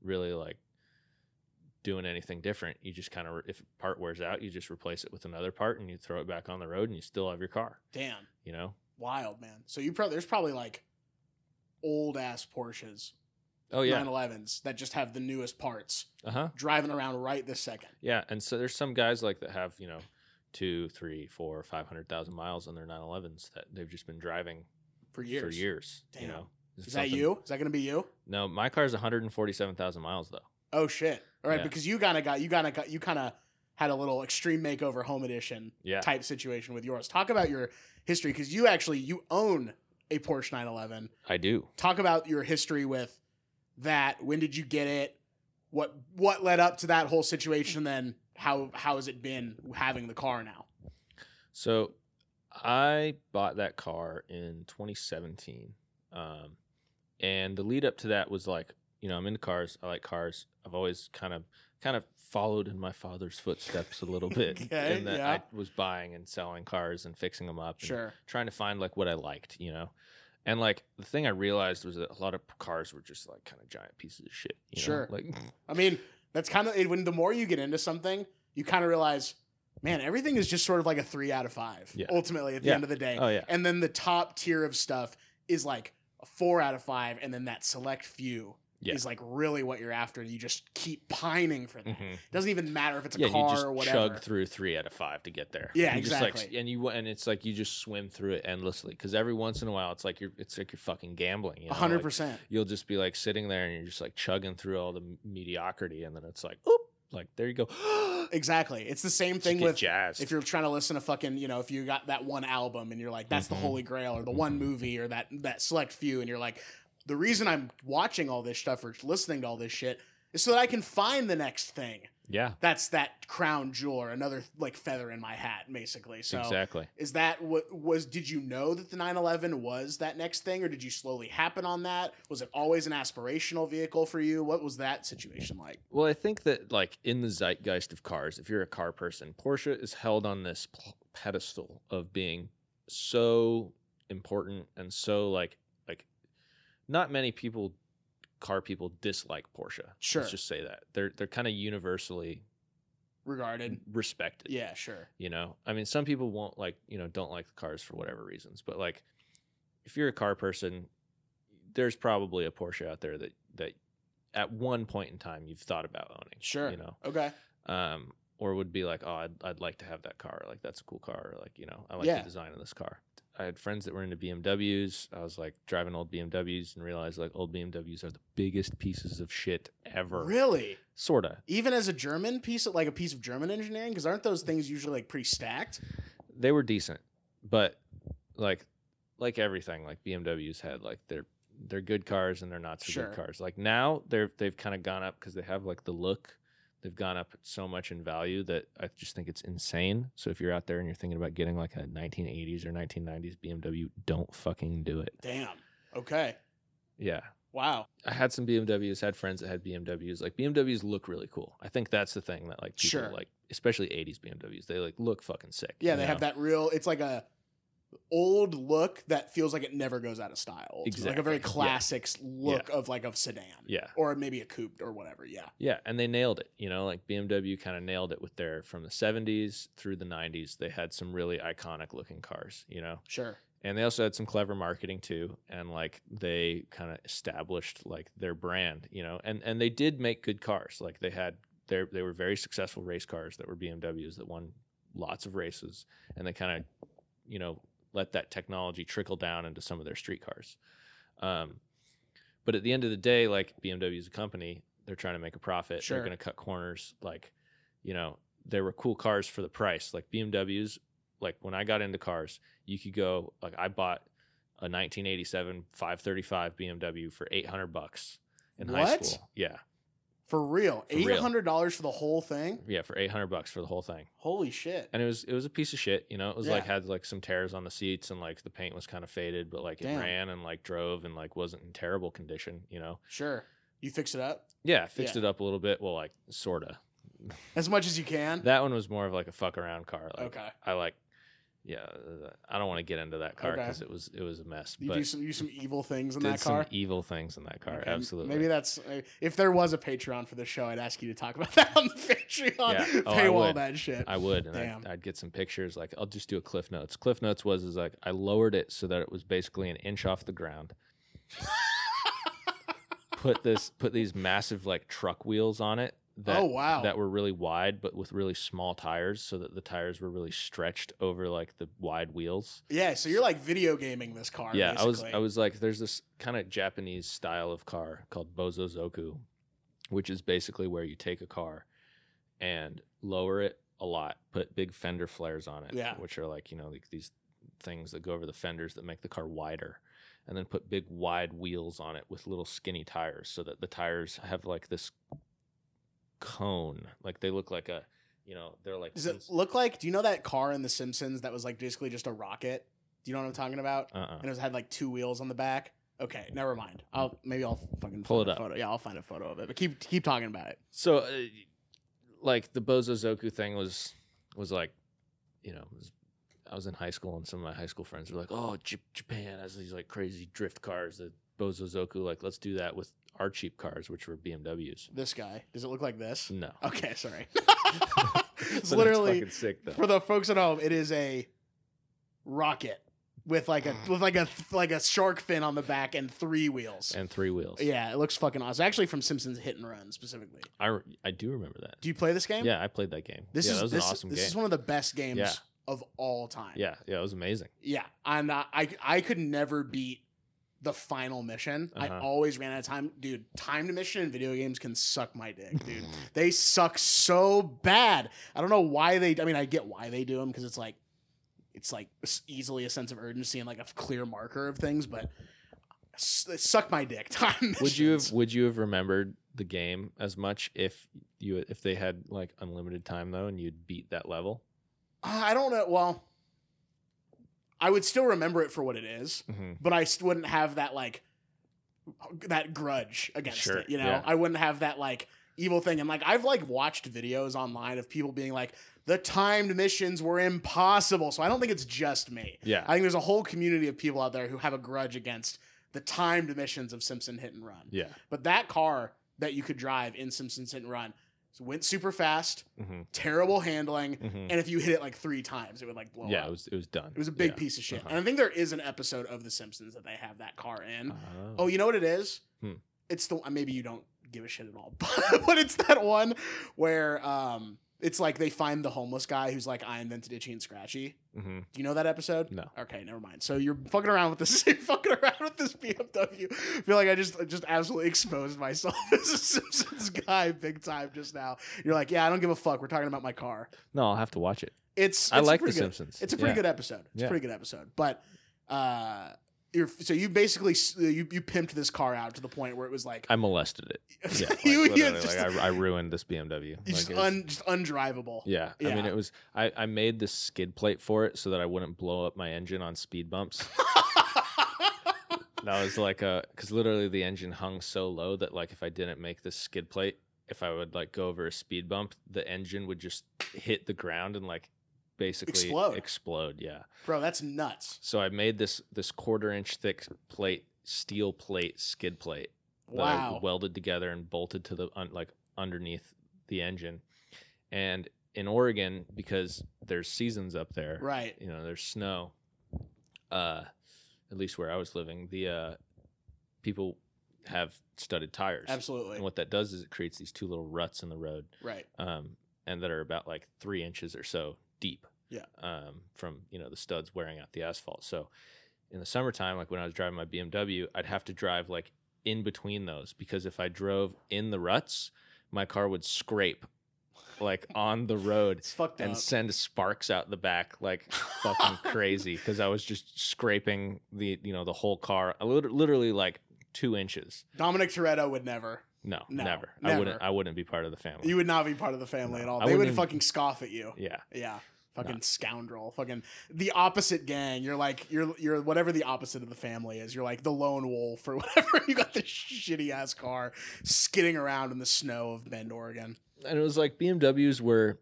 C: really like doing anything different. You just kind of, if a part wears out, you just replace it with another part and you throw it back on the road and you still have your car,
B: damn
C: you know?
B: wild man so you probably there's probably like old ass porsches
C: Oh yeah.
B: 911s that just have the newest parts
C: Uh huh.
B: driving around right this second.
C: Yeah, and so there's some guys like that have you know two, three, four, five hundred thousand miles on their 911s that they've just been driving
B: For years.
C: for years.
B: Damn.
C: You know, It's
B: Is that
C: something-
B: you? Is that gonna be you?
C: No, my car's 147,000 miles though.
B: Oh shit! All right,
C: Yeah.
B: because you kind of got you kind of got you kind of had a little extreme makeover home edition
C: Yeah,
B: type situation with yours. Talk about your history because you actually you own a Porsche 911.
C: I do.
B: Talk about your history with that. When did you get it? What what led up to that whole situation? Then how how has it been having the car now?
C: So I bought that car in 2017. Um, and the lead up to that was like, you know, I'm into cars. I like cars. I've always kind of kind of followed in my father's footsteps
B: [LAUGHS]
C: a little bit.
B: Okay,
C: in that
B: yeah.
C: I was buying and selling cars and fixing them up. and
B: Sure.
C: trying to find like what I liked, you know. And like the thing I realized was that a lot of cars were just like kind of giant pieces of shit. You
B: Sure.
C: Know? Like [LAUGHS]
B: I mean, that's kind of when the more you get into something, you kind of realize, man, everything is just sort of like a three out of five.
C: Yeah.
B: Ultimately, at the
C: Yeah.
B: end of the day,
C: oh yeah.
B: and then the top tier of stuff is like a four out of five, and then that select few
C: Yeah.
B: is like really what you're after. You just keep pining for that.
C: Mhm.
B: It doesn't even matter if it's a
C: yeah,
B: car
C: you just
B: or whatever.
C: chug through three out of five to get there.
B: Yeah,
C: You just, like,
B: exactly.
C: and you and it's like you just swim through it endlessly because every once in a while it's like you're it's like you're fucking gambling. You know?
B: A hundred
C: like,
B: percent.
C: You'll just be like sitting there and you're just like chugging through all the mediocrity, and then it's like, oop, like there you go. [GASPS]
B: Exactly. It's the same
C: Just
B: thing
C: get
B: with
C: jazzed.
B: if you're trying to listen to fucking, you know, if you got that one album and you're like, that's
C: Mhm.
B: the holy grail or the one
C: Mhm.
B: movie or that that select few, and you're like, the reason I'm watching all this stuff or listening to all this shit is so that I can find the next thing.
C: yeah,
B: That's that crown jewel or another like feather in my hat, basically. So
C: exactly.
B: Is that what was? Did you know that the 911 was that next thing, or did you slowly happen on that? Was it always an aspirational vehicle for you? What was that situation like?
C: Well, I think that like in the zeitgeist of cars, if you're a car person, Porsche is held on this pl- pedestal of being so important and so like like not many people car people dislike Porsche.
B: Sure.
C: Let's just say that. They're they're kind of universally
B: Regarded?
C: respected.
B: Yeah, sure.
C: You know? I mean, some people won't like, you know, don't like the cars for whatever reasons, but like if you're a car person, there's probably a Porsche out there that that at one point in time you've thought about owning.
B: Sure.
C: You know
B: Okay.
C: um, or would be like, oh, I'd, I'd like to have that car. Like that's a cool car. Or like you know, I like
B: Yeah.
C: the design of this car. I had friends that were into BMWs. I was like driving old BMWs and realized like old BMWs are the biggest pieces of shit ever.
B: Really?
C: Sorta.
B: Even as a German piece, of, like a piece of German engineering, because aren't those things usually like pretty stacked?
C: They were decent, but like like everything, like BMWs had like their they're good cars and they're not so
B: Sure.
C: good cars. Like now they're they've kind of gone up because they have like the look. They've gone up so much in value that I just think it's insane. So if you're out there and you're thinking about getting like a 1980s or 1990s BMW, don't fucking do it.
B: Damn. Okay.
C: Yeah.
B: Wow.
C: I had some BMWs, had friends that had BMWs. Like BMWs look really cool. I think that's the thing that like people
B: Sure.
C: like, especially 80s BMWs. They like look fucking sick.
B: Yeah,
C: you
B: they
C: know?
B: have that real. It's like a old look that feels like it never goes out of style. It's Like a very
C: Exactly. Yeah.
B: classic look of like a sedan.
C: Yeah.
B: Or maybe a coupe or whatever. Yeah.
C: Yeah, and they nailed it. You know, like BMW kind of nailed it with their from the 70s through the 90s. They had some really iconic looking cars, you know.
B: Sure.
C: And they also had some clever marketing too and like they kind of established like their brand, you know. And and they did make good cars. Like they had their they were very successful race cars that were BMWs that won lots of races and they kind of you know let that technology trickle down into some of their street cars. Um, but at the end of the day, like BMW is a company, they're trying to make a profit.
B: Sure.
C: They're going to cut corners. Like, you know, they were cool cars for the price. Like BMWs, like when I got into cars, you could go like I bought a 1987 535 BMW for 800 bucks in high
B: What?
C: school. Yeah,
B: For real,
C: For real.
B: eight hundred dollars for the whole thing.
C: yeah, for 800 bucks for the whole thing.
B: Holy shit!
C: and it was it was a piece of shit. You know, it was like
B: Yeah.
C: had like some tears on the seats and like the paint was kind of faded, but like it
B: Damn.
C: ran and like drove and like wasn't in terrible condition. You know,
B: Sure, you fix it up
C: yeah, I fixed
B: Yeah.
C: it up a little bit. Well, like sorta.
B: as much as you can.
C: That one was more of like a fuck around car. Like,
B: okay,
C: I like, yeah, uh, I don't want to get into that car
B: Okay.
C: because it was it was a mess.
B: you
C: but
B: do some you do some evil things in
C: did
B: that
C: some
B: car.
C: evil things in that car.
B: Okay, m-
C: Absolutely.
B: Maybe that's uh, if there was a Patreon for the show, I'd ask you to talk about [LAUGHS] that on the Patreon.
C: Yeah. Oh, I
B: Paywall
C: would.
B: that shit.
C: I would, and
B: Damn.
C: I'd, I'd get some pictures. Like I'll just do a cliff notes. Cliff notes was is like
B: [LAUGHS]
C: I lowered it so that it was basically an inch off the ground. put this put these massive like truck wheels on it that
B: oh wow.
C: that were really wide but with really small tires so that the tires were really stretched over like the wide wheels.
B: yeah. So you're like video gaming this car.
C: yeah, I was I
B: basically.
C: was like there's this kind of Japanese style of car called bozozoku which is basically where you take a car and lower it a lot, put big fender flares on it,
B: Yeah.
C: which are like, you know, like these things that go over the fenders that make the car wider and then put big wide wheels on it with little skinny tires so that the tires have like this cone like they look like a you know they're like
B: Does it
C: sens-
B: look like? Do you know that car in The Simpsons that was like basically just a rocket? Do you know what I'm talking about?
C: uh-uh.
B: And it was, had like two wheels on the back. Okay, never mind. I'll maybe I'll fucking
C: Pull
B: find
C: it
B: a
C: up.
B: Photo. Yeah, I'll find a photo of it. But keep keep talking about it.
C: so uh, like the bozozoku thing was was like you know was, i was in high school and some of my high school friends were like oh J- japan has these like crazy drift cars the bozozoku like let's do that with our cheap cars which were bmws
B: This guy. Does it look like this?
C: no
B: [LAUGHS] Okay,
C: [LAUGHS]
B: sorry.
C: But
B: it's
C: [LAUGHS] that's
B: literally
C: Mm. fucking sick though
B: for the folks at home. It is a rocket with like a with like a like a shark fin on the back and three wheels.
C: and three wheels
B: yeah, it looks fucking awesome. Actually, from Simpsons Hit and Run specifically.
C: i re- i do remember that
B: Do you play this game?
C: yeah i played that game
B: This
C: yeah
B: is
C: that was
B: this,
C: an awesome
B: this
C: game
B: is one of the best games
C: Yeah.
B: of all time.
C: yeah yeah it was amazing
B: Yeah, I'm not. I I could never beat the final mission. I
C: Uh-huh.
B: always ran out of time, dude. Time to mission in video games can suck my dick,
C: [LAUGHS]
B: dude. they suck so bad. I don't know why they. I mean, I get why they do them because it's like, it's like s- easily a sense of urgency and like a clear marker of things, but s- they suck my dick. [LAUGHS] Time.
C: would you
B: missions.
C: have would you have remembered the game as much if you if they had like unlimited time though and you'd beat that level
B: Uh, I don't know. Well, I would still remember it for what it is.
C: mm-hmm.
B: but I st- wouldn't have that like that grudge against
C: Sure,
B: it. You know,
C: yeah.
B: I wouldn't have that like evil thing. And like I've like watched videos online of people being like the timed missions were impossible. So I don't think it's just me.
C: yeah
B: I think there's a whole community of people out there who have a grudge against the timed missions of Simpson Hit and Run.
C: yeah
B: But that car that you could drive in Simpsons Hit and Run went super fast,
C: hmm
B: terrible handling,
C: hmm
B: and if you hit it like three times, it would like blow
C: yeah
B: up.
C: it was it was done
B: It was a big
C: yeah.
B: piece of shit.
C: Uh-huh.
B: And I think there is an episode of The Simpsons that they have that car in.
C: oh,
B: oh, you know what it is?
C: Hmm.
B: It's the uh, maybe you don't give a shit at all, [LAUGHS] but, but it's that one where um it's like they find the homeless guy who's like I invented Itchy and Scratchy.
C: hmm
B: Do you know that episode?
C: No.
B: Okay, never mind. So you're fucking around with this. [LAUGHS] You're fucking around with this BMW. I feel like I just I just absolutely exposed myself [LAUGHS] as a Simpsons guy big time just now. You're like, yeah, I don't give a fuck. We're talking about my car.
C: no i'll have to watch it
B: It's, it's
C: i like the
B: pretty good.
C: simpsons
B: It's a pretty
C: Yeah.
B: good episode. It's
C: Yeah.
B: a pretty good episode. But uh, you're so you basically s- you you pimped this car out to the point where it was like
C: i molested it yeah like,
B: [LAUGHS] you, you
C: literally,
B: just,
C: like, I, I ruined this bmw
B: you
C: Like,
B: just,
C: it was-
B: un, just undrivable.
C: yeah. I mean
B: Yeah.
C: it was I, I made this skid plate for it so that I wouldn't blow up my engine on speed bumps. That was like a because literally the engine hung so low that like if I didn't make this skid plate, if I would like go over a speed bump, the engine would just hit the ground and like basically
B: Explode.
C: Explode, yeah.
B: [LAUGHS] Bro, that's nuts.
C: So I made this this quarter inch thick plate, steel plate, skid plate that I
B: Wow.
C: welded together and bolted to the un, like underneath the engine. And in Oregon, because there's seasons up there,
B: Right.
C: you know there's snow uh at least where i was living the uh people have studded tires
B: Absolutely.
C: and what that does is it creates these two little ruts in the road
B: Right.
C: um and that are about like three inches or so deep
B: Yeah.
C: um from you know the studs wearing out the asphalt so in the summertime like when i was driving my bmw i'd have to drive like in between those because if i drove in the ruts my car would scrape
B: [LAUGHS]
C: like on the road
B: It's fucked
C: and
B: up.
C: send sparks out the back like fucking crazy because I was just scraping the you know the whole car I lit- literally like two inches.
B: [LAUGHS] Dominic Toretto would never.
C: No,
B: No,
C: never. I
B: never.
C: wouldn't. I wouldn't be part of the family.
B: You would not be part of the family
C: No,
B: at all.
C: I
B: They would
C: wouldn't even-
B: fucking scoff at you.
C: yeah,
B: Yeah. Fucking scoundrel. Fucking the opposite gang. You're like you're you're whatever the opposite of the family is. You're like the lone wolf or [LAUGHS] whatever. you got this shitty ass car skidding around in the snow of Bend, Oregon.
C: and it was like BMWs were.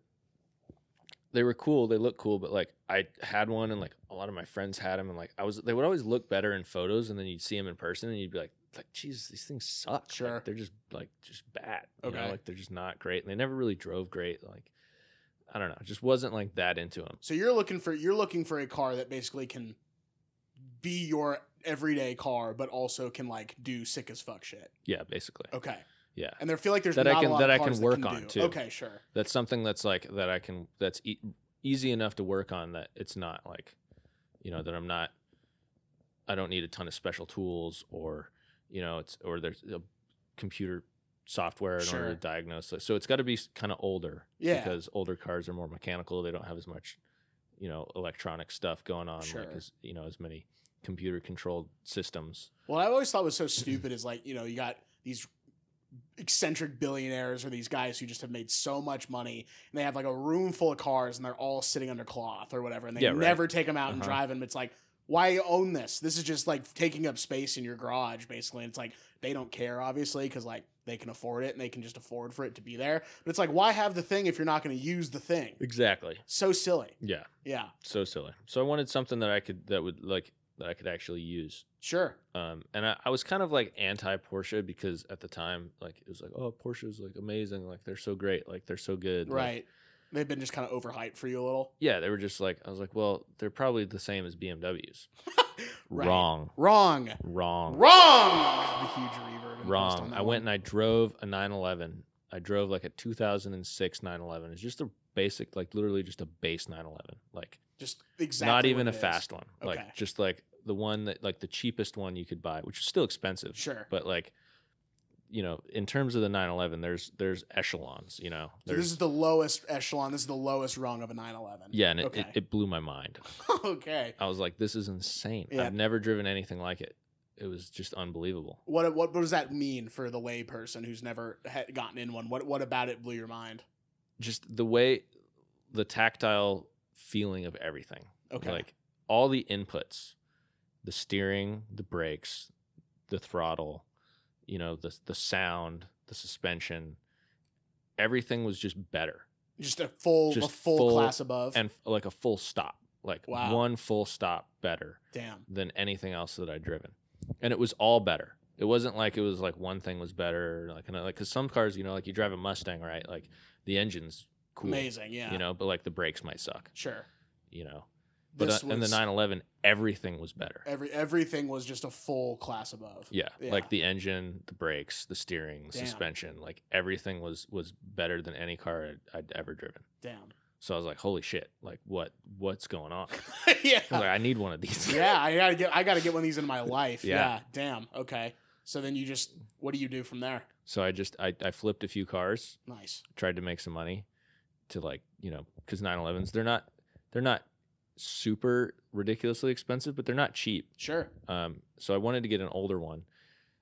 C: They were cool. They looked cool, but like I had one, and like a lot of my friends had them, and like I was. They would always look better in photos, and then you'd see them in person, and you'd be like, like, jeez, these things suck. Like,
B: Sure.
C: they're just like just bad. You know?
B: Okay.
C: like they're just not great. And they never really drove great. Like, I don't know, just wasn't like that into them.
B: So you're looking for you're looking for a car that basically can be your everyday car, but also can like do sick as fuck shit.
C: Yeah, basically.
B: Okay.
C: Yeah.
B: And there feel like there's
C: That I
B: not
C: can-
B: a lot
C: that
B: of
C: I can
B: cars that
C: work
B: can
C: on,
B: do.
C: too.
B: Okay, sure.
C: That's something that's like that I can that's e- easy enough to work on that it's not like you know that I'm not I don't need a ton of special tools or you know it's or there's a computer software in order
B: Sure.
C: to diagnose it. So it's got to be kind of older
B: Yeah.
C: because older cars are more mechanical, they don't have as much you know electronic stuff going on
B: Sure.
C: like as you know as many computer controlled systems.
B: What I always thought was so stupid is like, you know, you got these eccentric billionaires or these guys who just have made so much money and they have like a room full of cars and they're all sitting under cloth or whatever and they
C: Yeah, right.
B: never take 'em take them out and
C: Uh-huh.
B: drive them. It's like, why own this? This is just like taking up space in your garage, basically. And it's like they don't care, obviously, because like they can afford it and they can just afford for it to be there. But it's like, why have the thing if you're not going to use the thing?
C: Exactly.
B: So silly.
C: Yeah,
B: Yeah,
C: so silly. So I wanted something that I could that would like that I could actually use.
B: sure.
C: um, and I, I was kind of like anti Porsche because at the time, like it was like, oh, Porsche is like amazing, like they're so great, like they're so good, like-
B: Right. They've been just kind of overhyped for you a little.
C: yeah, they were just like, I was like, well, they're probably the same as BMWs.
B: [LAUGHS] Right.
C: Wrong,
B: Wrong.
C: wrong,
B: Wrong. The huge reverb. and boost on
C: wrong.
B: that
C: I
B: one.
C: went and I drove a 911. I drove like a 2006 911. It's just a basic, like literally just a base 911, like
B: just exactly
C: not
B: what
C: even
B: it
C: a
B: is.
C: fast one,
B: Okay.
C: like just like the one that like the cheapest one you could buy, which is still expensive.
B: Sure.
C: but like you know in terms of the 911 there's there's echelons you know
B: so this
C: there's
B: is the lowest echelon. This is the lowest rung of a 911.
C: yeah and it,
B: okay.
C: it, it blew my mind
B: [LAUGHS] okay.
C: i was like this is insane
B: Yeah.
C: i've never driven anything like it it was just unbelievable
B: What, what what does that mean for the lay person who's never had gotten in one? What what about it blew your mind?
C: just the way the tactile feeling of everything
B: Okay.
C: like all the inputs the steering the brakes the throttle you know the the sound the suspension everything was just better
B: just a full a
C: just
B: full,
C: full
B: class above.
C: and f- like a full stop like
B: Wow.
C: one full stop better
B: damn.
C: than anything else that I'd driven, and it was all better. It wasn't like it was like one thing was better, or like another. Like because some cars, you know, like you drive a Mustang, right? Like the engine's cool,
B: Amazing. Yeah.
C: you know, but like the brakes might suck,
B: Sure.
C: you know. But
B: This
C: uh, in the
B: was
C: 911, everything was better.
B: every everything was just a full class above.
C: yeah,
B: Yeah.
C: like the engine, the brakes, the steering, the
B: Damn.
C: suspension, like everything was was better than any car I'd, I'd ever driven.
B: Damn. [LAUGHS]
C: So I was like, holy shit, like what what's going on? [LAUGHS]
B: yeah.
C: I was like, I need one of
B: [LAUGHS]
C: these.
B: yeah, I gotta get I gotta get one of these in my life.
C: Yeah.
B: yeah. Damn. Okay. So then you just what do you do from there?
C: So I just I, I flipped a few cars.
B: Nice.
C: tried to make some money to like you know because 911s they're not they're not super ridiculously expensive but they're not cheap
B: Sure.
C: um, so i wanted to get an older one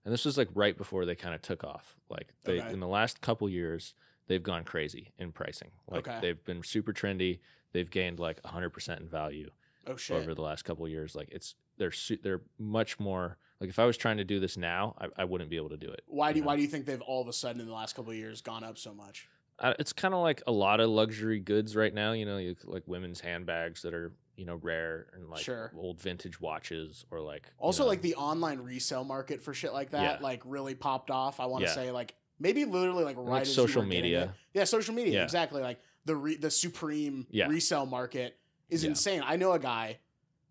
C: and this was like right before they kind of took off like they
B: Okay.
C: in the last couple years they've gone crazy in pricing like
B: Okay.
C: they've been super trendy they've gained like 100% in value
B: Oh shit.
C: over the last couple years like it's they're su- they're much more like if i was trying to do this now i, I wouldn't be able to do it
B: Why do
C: you know?
B: why do you think they've all of a sudden in the last couple of years gone up so much?
C: I- it's kind of like a lot of luxury goods right now. You know, you, like women's handbags that are you know rare and like
B: Sure.
C: old vintage watches or like you
B: Also,
C: know-
B: like the online resale market for shit like that,
C: Yeah.
B: like really popped off. I want to
C: Yeah.
B: say like maybe literally like
C: and,
B: right
C: like,
B: as you
C: social
B: were getting it.
C: media.
B: Yeah, social media
C: Yeah.
B: exactly. Like the re- the supreme
C: Yeah.
B: resale market is
C: Yeah.
B: insane. I know a guy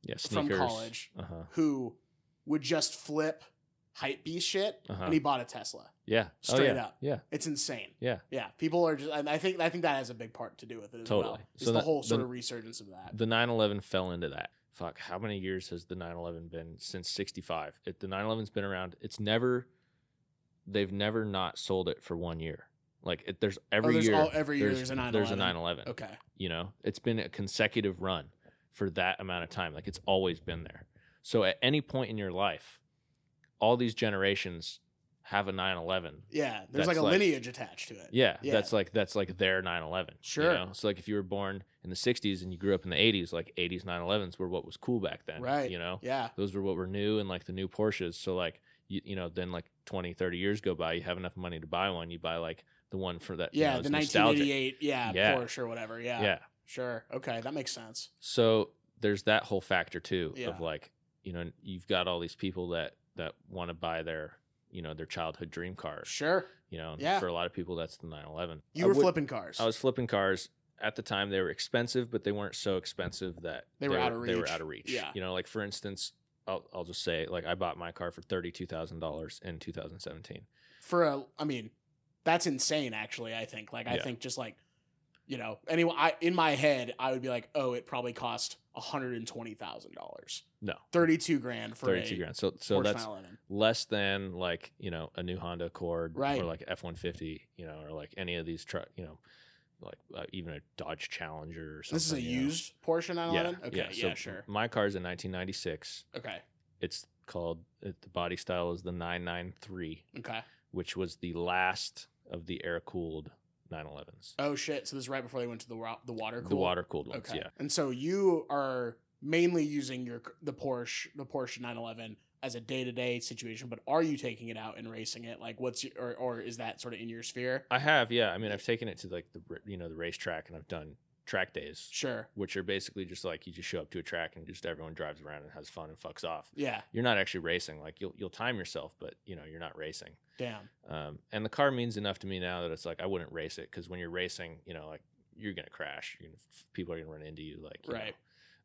C: Yeah,
B: from
C: sneakers
B: college
C: Uh huh.
B: who would just flip hype beast shit,
C: Uh-huh.
B: and he bought a Tesla.
C: Yeah. Oh,
B: Straight
C: yeah.
B: up.
C: Yeah.
B: It's insane.
C: Yeah.
B: yeah. People are just. And I think I think that has a big part to do with it. As Well,
C: Totally.
B: it's
C: So
B: the
C: that-
B: whole sort
C: the-
B: of resurgence of that.
C: The 911 fell into that. Fuck. How many years has the 911 been since 65? It, the 911's been around. It's never. They've never not sold it for one year. Like it, there's every
B: Oh, there's
C: year.
B: all- every year there's a 911.
C: There's a 911.
B: okay.
C: you know it's been a consecutive run for that amount of time like it's always been there so at any point in your life all these generations have a 911
B: Yeah, there's like
C: That's
B: a
C: like-
B: lineage attached to it.
C: yeah,
B: Yeah.
C: that's like that's like their 911
B: Sure.
C: you know? so like if you were born in the 60s and you grew up in the 80s like 80s 911s were what was cool back then
B: Right.
C: you know
B: Yeah.
C: those were what were new and like the new Porsches. So like you, you know, then like 20, 30 years go by, you have enough money to buy one. You buy like the one for that. you
B: Yeah,
C: know, is
B: the
C: nostalgic.
B: 1988, yeah,
C: Yeah.
B: Porsche or whatever. Yeah,
C: Yeah.
B: sure. Okay, that makes sense.
C: So there's that whole factor too
B: Yeah.
C: of like, you know, you've got all these people that that want to buy their, you know, their childhood dream car.
B: Sure.
C: You know, and
B: Yeah.
C: for a lot of people that's the 911.
B: You
C: I
B: were
C: would-
B: flipping cars.
C: I was flipping cars at the time. They were expensive, but they weren't so expensive that
B: They were out of
C: They were
B: reach.
C: out of reach.
B: Yeah.
C: You know, like for instance, I'll, I'll just say like I bought my car for thirty two thousand dollars in two thousand seventeen.
B: for a i mean that's insane actually i think like i
C: Yeah.
B: think just like you know anyway i in my head i would be like oh it probably cost $120000
C: No.
B: 32 grand for
C: Thirty
B: a
C: two grand. So so
B: Porsche
C: that's
B: 911.
C: less than like you know a new Honda Accord
B: Right.
C: or like F one fifty, you know, or like any of these truck, you know, like uh, even a Dodge Challenger or something.
B: this is a
C: you know.
B: used porsche
C: Yeah,
B: 911 okay
C: yeah.
B: yeah,
C: So
B: sure
C: My car's a nineteen ninety six.
B: okay
C: It's called it, the body style is the nine nine three,
B: okay
C: which was the last of the air cooled nine elevens.
B: oh shit so this is right before they went to the wa- the water cool
C: The water cooled ones,
B: okay
C: yeah.
B: and so you are mainly using your c- the porsche the porsche 911 as a day-to-day situation but are you taking it out and racing it like what's your or, or is that sort of in your sphere
C: I have, yeah. I mean, I've taken it to like the r- you know the racetrack, and I've done track days,
B: sure
C: which are basically just like you just show up to a track and just everyone drives around and has fun and fucks off.
B: Yeah.
C: You're not actually racing. Like you'll you'll time yourself, but you know you're not racing.
B: Damn.
C: Um, and the car means enough to me now that it's like I wouldn't race it because when you're racing, you know, like you're gonna crash. You're gonna, people are gonna run into you, like you know.
B: Right.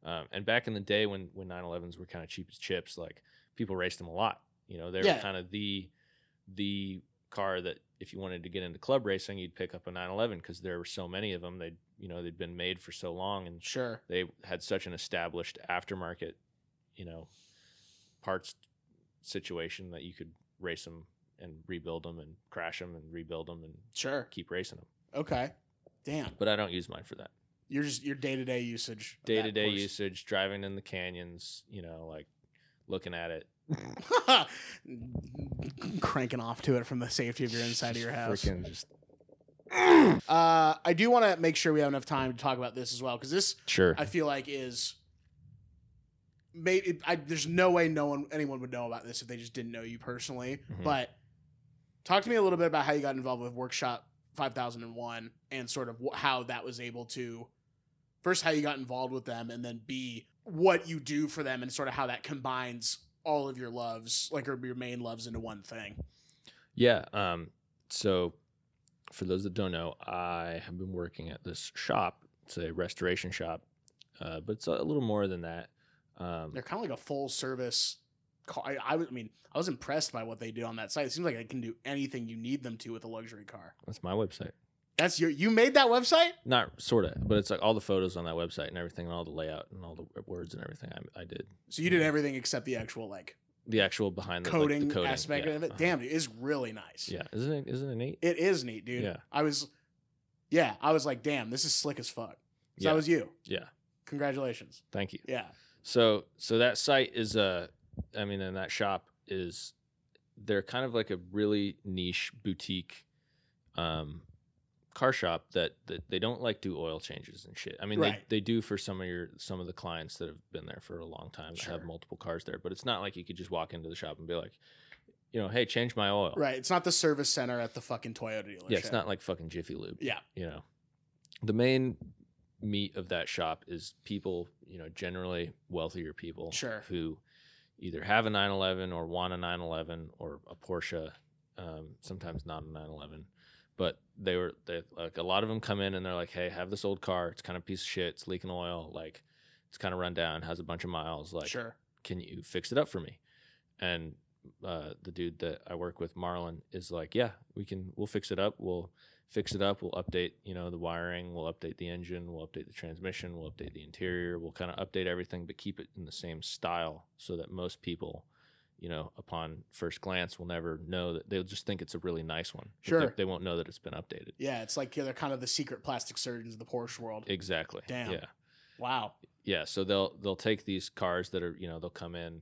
C: Um, and back in the day when when 911s were kind of cheap as chips, like people raced them a lot. You know, they
B: Yeah.
C: were kind of the the car that if you wanted to get into club racing, you'd pick up a 911 because there were so many of them. They you know they'd been made for so long and
B: Sure.
C: they had such an established aftermarket, you know, parts situation that you could race them and rebuild them and crash them and rebuild them and
B: Sure.
C: keep racing them.
B: Okay. Damn.
C: But I don't use mine for that.
B: You're just your day to day usage. of that
C: Day to day
B: Porsche.
C: usage, driving in the canyons, you know, like looking at it.
B: [LAUGHS] Cranking off to it from the safety of your inside of your house.
C: Freaking just
B: Uh, I do want to make sure we have enough time to talk about this as well because this
C: sure.
B: I feel like is maybe I, there's no way no one anyone would know about this if they just didn't know you personally.
C: Mhm.
B: But talk to me a little bit about how you got involved with Workshop 5001 and sort of wh- how that was able to first how you got involved with them and then b what you do for them and sort of how that combines all of your loves like or your main loves into one thing.
C: Yeah. Um, so, for those that don't know, I have been working at this shop. It's a restoration shop, uh, but it's a little more than that. Um,
B: They're kind of like a full service car. I, I, was- I mean, I was impressed by what they do on that site. It seems like they can do anything you need them to with a luxury car.
C: that's my website.
B: That's your you made that website?
C: Not sort of, but it's like all the photos on that website and everything, and all the layout and all the w- words and everything. I, I did
B: So you did everything except the actual like
C: the actual behind the Mm-hmm. like, the
B: coding, aspect
C: yeah,
B: of it.
C: uh-huh.
B: Damn, it is really nice.
C: Yeah, isn't it? Isn't it neat?
B: It is neat, dude.
C: Yeah.
B: I was Yeah, I was like, damn, this is slick as fuck. So
C: Yeah.
B: that was you.
C: Yeah.
B: Congratulations.
C: Thank you.
B: Yeah.
C: So so that site is uh, I mean, and that shop is they're kind of like a really niche boutique um car shop that, that they don't like do oil changes and shit. I mean
B: Right.
C: they, they do for some of your some of the clients that have been there for a long time that
B: Sure.
C: have multiple cars there, but it's not like you could just walk into the shop and be like, you know, hey, change my oil.
B: Right. It's not the service center at the fucking Toyota dealership.
C: Yeah, it's not like fucking Jiffy Lube.
B: Yeah.
C: You know. The main meat of that shop is people, you know, generally wealthier people
B: Sure.
C: who either have a 911 or want a 911 or a Porsche, um, sometimes not a 911. But they were they like a lot of them come in and they're like, "Hey, have this old car. It's kind of piece of shit. It's leaking oil. Like, it's kind of run down. Has a bunch of miles. Like,
B: sure.
C: can you fix it up for me? And uh, the dude that I work with, Marlon, is like, yeah, we can, we'll fix it up. We'll fix it up. We'll update, you know, the wiring. We'll update the engine. We'll update the transmission. We'll update the interior. We'll kind of update everything, but keep it in the same style so that most people, you know, upon first glance, will never know that they'll just think it's a really nice one. but they-
B: Sure.
C: They won't know that it's been updated.
B: Yeah, it's like they're kind of the secret plastic surgeons of the Porsche world.
C: Exactly.
B: Damn.
C: Yeah.
B: wow.
C: yeah so they'll they'll take these cars that are you know they'll come in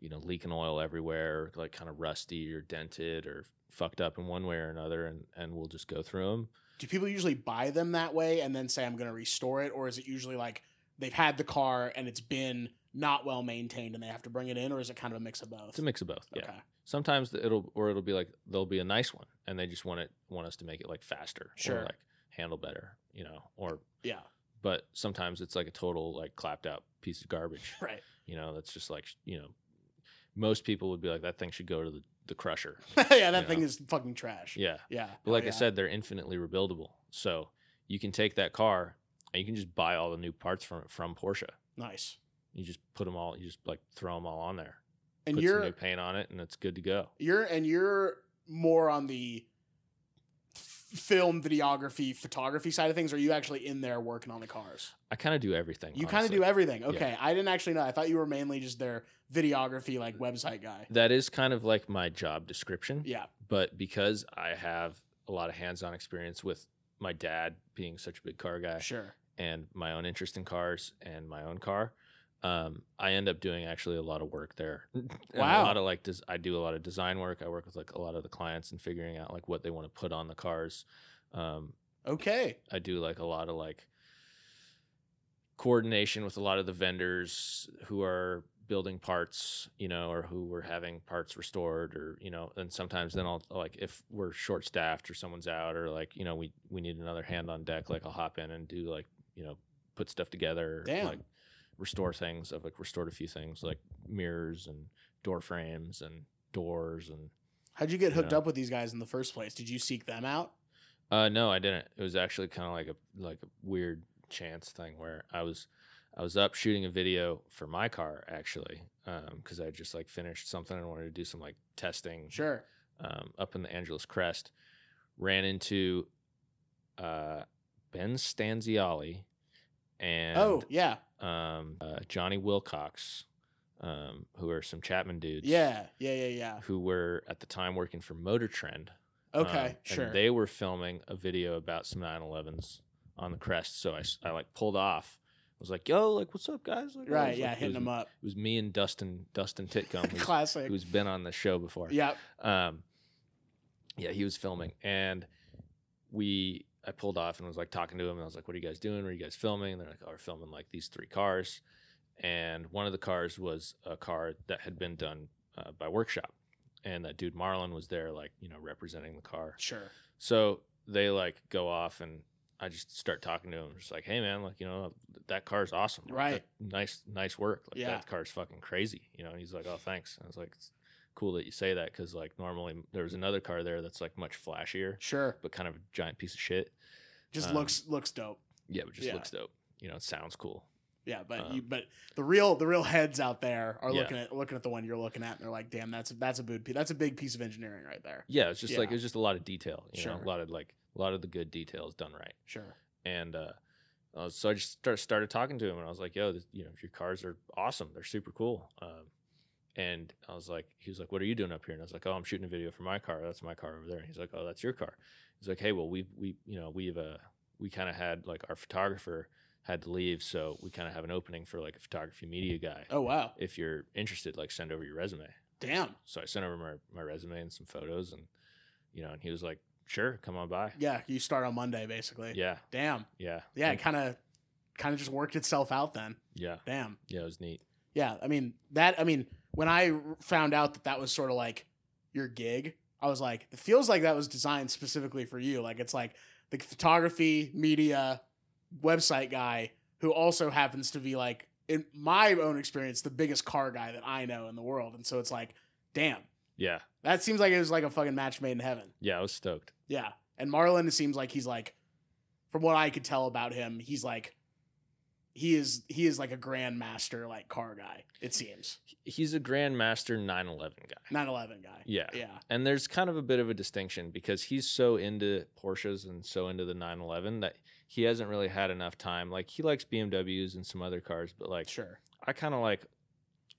C: you know leaking oil everywhere like kind of rusty or dented or fucked up in one way or another and and we'll just go through them
B: Do people usually buy them that way and then say I'm going to restore it or is it usually like they've had the car and it's been not well maintained and they have to bring it in or is it kind of a mix of both?
C: it's a mix of both yeah
B: Okay.
C: sometimes the- it'll or it'll be like there'll be a nice one and they just want it want us to make it like faster
B: Sure.
C: or like handle better you know or
B: Yeah.
C: but sometimes it's like a total like clapped out piece of garbage
B: Right.
C: you know that's just like you know most people would be like that thing should go to the, the crusher
B: [LAUGHS] yeah, that
C: You
B: thing
C: know?
B: is fucking trash.
C: yeah
B: Yeah.
C: But like
B: Oh, yeah.
C: I said, they're infinitely rebuildable. So you can take that car and you can just buy all the new parts from it from Porsche.
B: nice.
C: You just put them all. You just like throw them all on there.
B: And
C: put some new
B: you're
C: paint on it, and it's good to go.
B: you're and you're more on the f- film videography photography side of things or are you actually in there working on the cars
C: I kind of do everything.
B: you kind of
C: honestly.
B: do everything
C: Yeah.
B: okay i didn't actually know i thought you were mainly just their videography like website guy
C: That is kind of like my job description.
B: yeah
C: But because I have a lot of hands-on experience with my dad being such a big car guy,
B: sure
C: and my own interest in cars and my own car, um, I end up doing actually a lot of work there. [LAUGHS] And
B: Wow.
C: A lot of like, des- I do a lot of design work. I work with like a lot of the clients and figuring out like what they want to put on the cars. Um,
B: okay
C: I do like a lot of like coordination with a lot of the vendors who are building parts, you know, or who were having parts restored or, you know, and sometimes then I'll like if we're short staffed or someone's out or like, you know, we we need another hand on deck, like I'll hop in and do like, you know, put stuff together,
B: Damn.
C: like restore things. I've like restored a few things like mirrors and door frames and doors and
B: how'd you get hooked
C: Yeah.
B: up with these guys in the first place did you seek them out
C: Uh, no, I didn't. It was actually kind of like a like a weird chance thing where I was I was up shooting a video for my car actually because I just like finished something and wanted to do some like testing
B: sure
C: um, up in the Angeles Crest. Ran into uh, Ben Stanziali and
B: oh yeah
C: um, uh, Johnny Wilcox, um, who are some Chapman dudes.
B: yeah yeah yeah yeah
C: Who were at the time working for Motor Trend,
B: okay
C: um,
B: sure
C: And they were filming a video about some 911s on the crest. So I, s- I, like pulled off. I was like, yo, like, what's up, guys? Like, I
B: right
C: was,
B: yeah
C: like, it
B: hitting
C: was-
B: them up
C: It was me and Dustin, Dustin Titcomb,
B: [LAUGHS]
C: who's,
B: classic
C: who's been on the show before.
B: yep
C: Um, yeah, he was filming. And we, I pulled off and was like talking to him. And I was like, what are you guys doing? What are you guys filming? And they're like, oh, we're filming like these three cars. And one of the cars was a car that had been done uh, by Workshop. And that dude Marlon was there, like, you know, representing the car.
B: sure
C: So they like go off and I just start talking to him, just like, hey man, like you know that car's awesome, Like,
B: Right.
C: that- nice, nice work. Like
B: Yeah.
C: that car's fucking crazy, you know. And he's like, oh thanks. I was like, it's cool that you say that because like normally there was another car there that's like much flashier,
B: sure
C: but kind of a giant piece of shit.
B: just
C: Um,
B: looks looks dope
C: Yeah, but just
B: Yeah.
C: looks dope. You know, it sounds cool.
B: Yeah, but
C: Um,
B: you but the real the real heads out there are
C: Yeah.
B: looking at looking at the one you're looking at, and they're like, "Damn, that's that's a big that's a big piece of engineering right there."
C: Yeah, it's just like
B: Yeah.
C: it's just a lot of detail. You know,
B: Sure.
C: a lot of like a lot of the good details done right.
B: Sure.
C: and uh, I was- so I just start, started talking to him, and I was like, "Yo, this, you know, your cars are awesome. They're super cool." Um, and I was like, "He was like, what are you doing up here?" And I was like, "Oh, I'm shooting a video for my car. That's my car over there." And he's like, "Oh, that's your car." He's like, "Hey, well, we we you know we've uh we kind of had like our photographer had to leave, so we kind of have an opening for like a photography media guy.
B: Oh wow,
C: If you're interested, like send over your resume."
B: damn.
C: So I sent over my my resume and some photos, and you know, and he was like, "Sure, come on by."
B: Yeah, you start on Monday basically.
C: Yeah,
B: Damn.
C: yeah,
B: Yeah, it
C: And-
B: kind of kind of just worked itself out then.
C: yeah,
B: Damn.
C: yeah. It was neat.
B: Yeah, I mean that. I mean when I r- found out that that was sort of like your gig, I was like, it feels like that was designed specifically for you. Like it's like the photography media website guy who also happens to be like, in my own experience, the biggest car guy that I know in the world. And so it's like, damn,
C: Yeah,
B: that seems like it was like a fucking match made in heaven.
C: Yeah, I was stoked.
B: Yeah. And Marlon, it seems like he's like, from what I could tell about him, he's like, he is he is like a grandmaster like car guy. It seems
C: He's a Grandmaster 911 guy.
B: 911 guy.
C: Yeah.
B: Yeah.
C: And there's kind of a bit of a distinction because he's so into Porsches and so into the 911 that he hasn't really had enough time. Like he likes BMWs and some other cars, but like
B: Sure.
C: I kind of like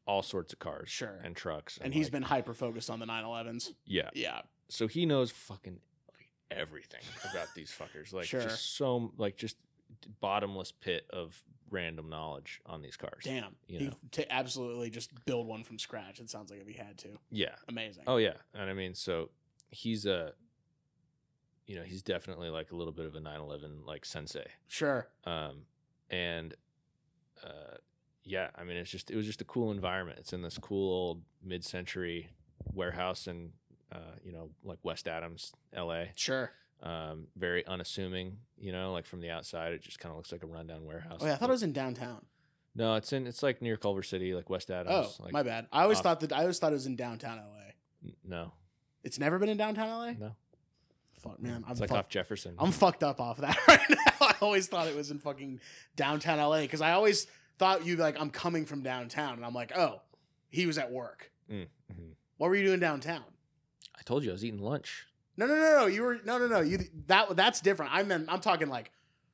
C: all sorts of cars,
B: Sure.
C: and trucks.
B: And he's
C: like-
B: been hyper focused on the 911s.
C: yeah.
B: Yeah.
C: So he knows fucking like, everything about these fuckers. Like
B: Sure.
C: just so like just bottomless pit of random knowledge on these cars.
B: Damn.
C: You
B: he
C: know.
B: to absolutely just build one from scratch. It sounds like if he had to.
C: Yeah.
B: Amazing.
C: Oh yeah, and I mean, so he's a, you know, he's definitely like a little bit of a 9/11 like sensei,
B: Sure.
C: um, and, uh, yeah, I mean, it's just it was just a cool environment. It's in this cool old mid-century warehouse in, uh, you know, like West Adams, L.A.
B: Sure.
C: Um, very unassuming, you know, like from the outside, it just kind of looks like a rundown warehouse.
B: Oh yeah, I thought it was in downtown.
C: No, it's in it's like near Culver City, like West
B: Oh,
C: Adams. like,
B: my bad. I always
C: off-
B: thought that I always thought it was in downtown LA.
C: n- No,
B: It's never been in downtown LA?
C: no,
B: Fuck man. I'm
C: it's like
B: fuck-
C: off Jefferson.
B: [LAUGHS] I'm fucked up off that right now. I always thought it was in fucking downtown LA because I always thought you like I'm coming from downtown, and I'm like, oh, he was at work.
C: Mm, mhm.
B: What were you doing downtown?
C: I told you I was eating lunch.
B: No, no, no, no. You were no, no, no. You that that's different. I meant I'm talking like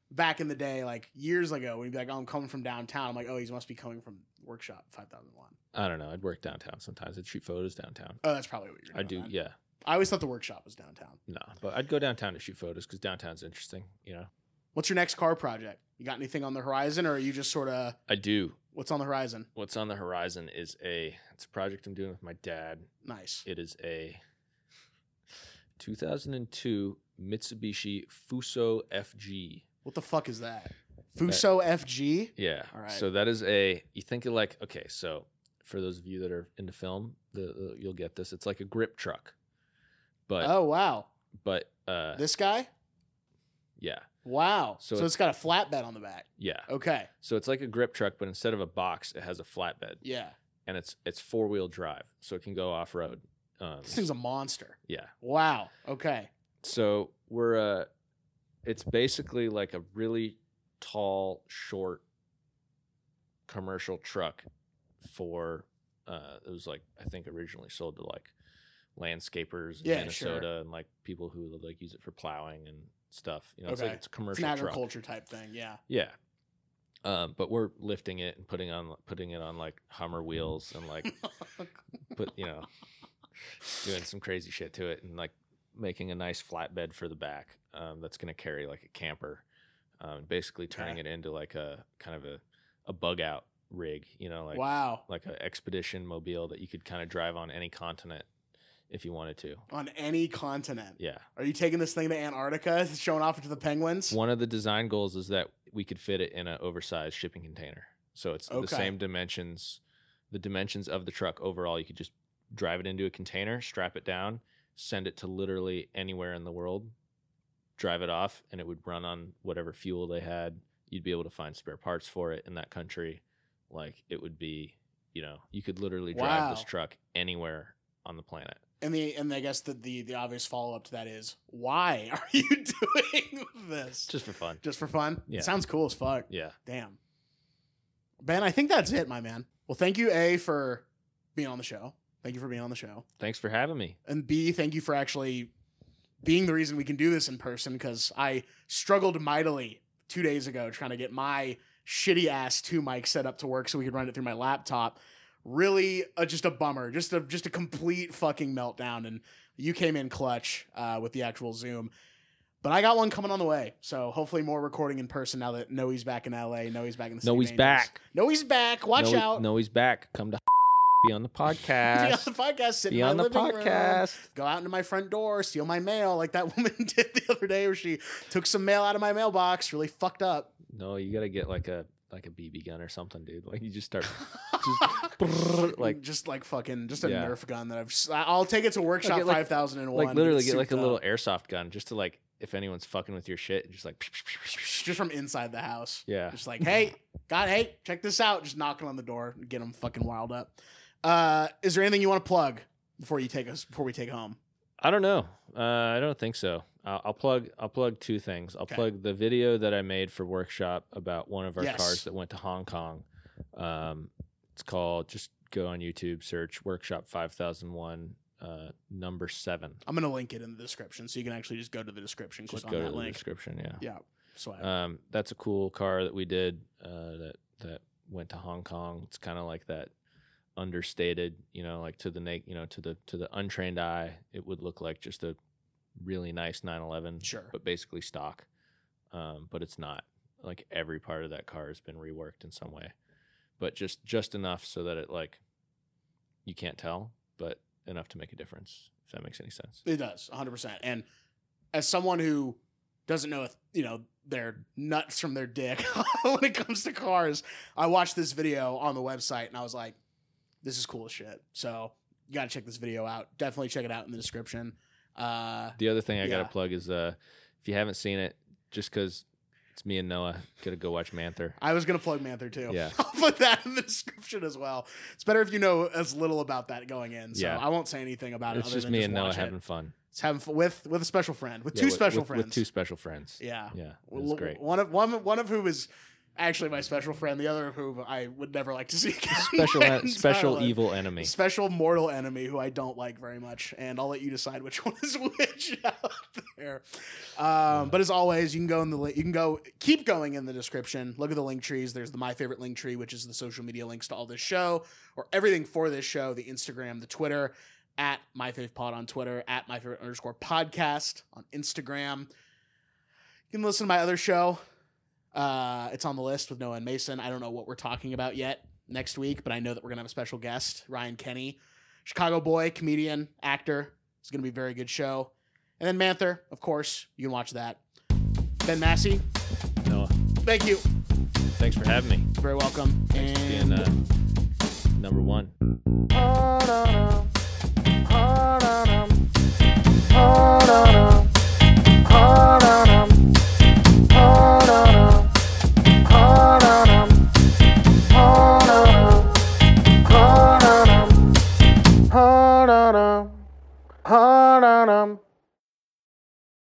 B: back in the day, like years ago. We'd be like, oh, I'm coming from downtown. I'm like, oh, he must be coming from workshop five thousand one.
C: I don't know. I'd work downtown sometimes. I'd shoot photos downtown.
B: Oh, that's probably what you're.
C: I
B: doing
C: do,
B: then.
C: yeah.
B: I always thought the workshop was downtown.
C: No, but I'd go downtown to shoot photos because downtown's interesting. You know,
B: What's your next car project? You got anything on the horizon, or are you just sort of
C: I do.
B: what's on the horizon?
C: What's on the horizon is a it's a project I'm doing with my dad.
B: Nice.
C: It is a 2002 Mitsubishi Fuso FG.
B: What the fuck is that? Fuso FG.
C: Yeah.
B: All right.
C: So that is a you think of like okay, so for those of you that are into film, the, the you'll get this. It's like a grip truck, but
B: Oh wow,
C: but uh
B: this guy.
C: yeah
B: Wow.
C: So
B: So, it's got a flatbed on the back.
C: yeah.
B: Okay.
C: So it's like a grip truck, but instead of a box, it has a flatbed
B: Yeah.
C: and it's it's four wheel drive, so it can go off road. Um,
B: This thing's a monster.
C: yeah.
B: Wow. Okay.
C: so we're uh it's basically like a really tall short commercial truck for uh it was like i think originally sold to like landscapers in
B: Yeah,
C: minnesota
B: sure.
C: and like people who would, like use it for plowing and stuff you know it's
B: Okay.
C: like it's a
B: It's
C: commercial
B: an
C: truck
B: agriculture type thing. Yeah. [LAUGHS]
C: yeah um but we're lifting it and putting on putting it on like hummer wheels and like put you know doing some crazy shit to it and like making a nice flatbed for the back um, that's going to carry like a camper um, basically turning it into like a kind of a, a bug out rig you know like
B: wow.
C: like an expedition mobile that you could kind of drive on any continent if you wanted to
B: On any continent.
C: yeah
B: Are you taking this thing to Antarctica, showing off to the penguins?
C: one of the design goals is that we could fit it in an oversized shipping container so it's the
B: Okay.
C: same dimensions the dimensions of the truck overall you could just drive it into a container strap it down send it to literally anywhere in the world drive it off and it would run on whatever fuel they had you'd be able to find spare parts for it in that country like it would be you know you could literally drive this
B: Wow.
C: truck anywhere on the planet
B: And the and I guess the the, the obvious follow up to that is why [LAUGHS] are you doing this?
C: just for
B: [LAUGHS]
C: fun
B: Just for fun?
C: Yeah.
B: It sounds cool as fuck.
C: yeah
B: Damn. Ben, I think that's it, my man. Well, thank you, A, for being on the show. Thank you for being on the show.
C: thanks for having me
B: And B, thank you for actually being the reason we can do this in person because I struggled mightily two days ago trying to get my shitty ass two mic set up to work so we could run it through my laptop. Really, uh, just a bummer, just a just a complete fucking meltdown. And you came in clutch uh, with the actual Zoom, but I got one coming on the way. So hopefully, more recording in person now that Noe's back in LA. Noe's back in the.
C: no
B: City
C: he's
B: of Angels.
C: back
B: Noe's back. Watch
C: no,
B: out.
C: No, he's back. Come to [LAUGHS] be on the
B: [LAUGHS] Be on [LAUGHS] the
C: podcast.
B: podcast. Sit
C: [LAUGHS] be
B: in my
C: on the
B: living room
C: podcast.
B: go out into my front door, steal my mail, like that [LAUGHS] woman did the other day, where she took some mail out of my mailbox, really fucked up.
C: No, you gotta get like a like a BB gun or something, dude. Like you
B: [LAUGHS]
C: just start Just brrr, like-
B: just like fucking, just a
C: Yeah.
B: Nerf gun that I've. s- I'll take it to workshop
C: Like, like-
B: five thousand and one.
C: like literally get like a little airsoft gun just to like if anyone's fucking with your shit, just like
B: [LAUGHS]
C: [LAUGHS]
B: just from inside the house.
C: yeah.
B: Just like, hey, God, hey, check this out. Just knocking on the door, get them fucking wild up. Uh, is there anything you want to plug before you take us before we take home?
C: I don't know. Uh, I don't think so. I'll, I'll plug. I'll plug two things. I'll
B: Okay.
C: plug the video that I made for workshop about one of our
B: Yes.
C: cars that went to Hong Kong. Um, it's called. Just go on YouTube, search workshop five thousand one, uh, number seven.
B: I'm gonna link it in the description, so you can actually just go to the description, click
C: Just
B: on
C: go to
B: that
C: the
B: link.
C: description. Yeah.
B: Yeah. So I-
C: Um, that's a cool car that we did uh, that that went to Hong Kong. It's kind of like that understated, you know, like to the na- you know to the to the untrained eye, it would look like just a really nice 911,
B: sure.
C: but basically stock. Um, but it's not. Like every part of that car has been reworked in some way, but just just enough so that it like you can't tell, but enough to make a difference. If that makes any sense.
B: It does, 100%. And as someone who doesn't know if, you know, their nuts from their dick [LAUGHS] when it comes to cars, I watched this video on the website and I was like, this is cool as shit. So you got to check this video out. Definitely check it out in the description. Uh,
C: The other thing I
B: Yeah.
C: gotta plug is uh, if you haven't seen it, just because it's me and Noah, gotta go watch Manther.
B: I was going to plug Manther too.
C: Yeah.
B: [LAUGHS] I'll put that in the description as well. It's better if you know as little about that going in. So
C: Yeah.
B: I won't say anything about it.
C: It's
B: other
C: just
B: than
C: me and Noah
B: watch it.
C: having fun.
B: It's having fun with, with a special friend, with
C: Yeah,
B: two
C: with-
B: special
C: with-
B: friends.
C: With two special friends.
B: yeah.
C: [LAUGHS] Yeah, it
B: Well,
C: was great.
B: One of one one of whom is Actually, my special friend, the other of whom I would never like to see [LAUGHS] again.
E: Special,
B: my
E: en-
B: entire
E: special
B: life.
E: evil enemy.
B: Special mortal enemy who I don't like very much, and I'll let you decide which [LAUGHS] one is which out there. Um, but as always, you can go in the li- you can go keep going in the description. Look at the link trees. There's the my favorite link tree, which is the social media links to all this show or everything for this show: the Instagram, the Twitter, at my favorite pod on Twitter, at my favorite underscore podcast on Instagram. You can listen to my other show. Uh, it's on the list with Noah and Mason. I don't know what we're talking about yet next week, but I know that we're gonna have a special guest, Ryan Kenny, Chicago boy, comedian, actor. It's gonna be a very good show. And then Manther, of course, you can watch that. Ben Massey,
E: Noah,
B: thank you.
E: thanks for having me.
C: uh,
B: You're very welcome.
E: Thanks for
B: And
E: being uh, number one.
B: da, da, da.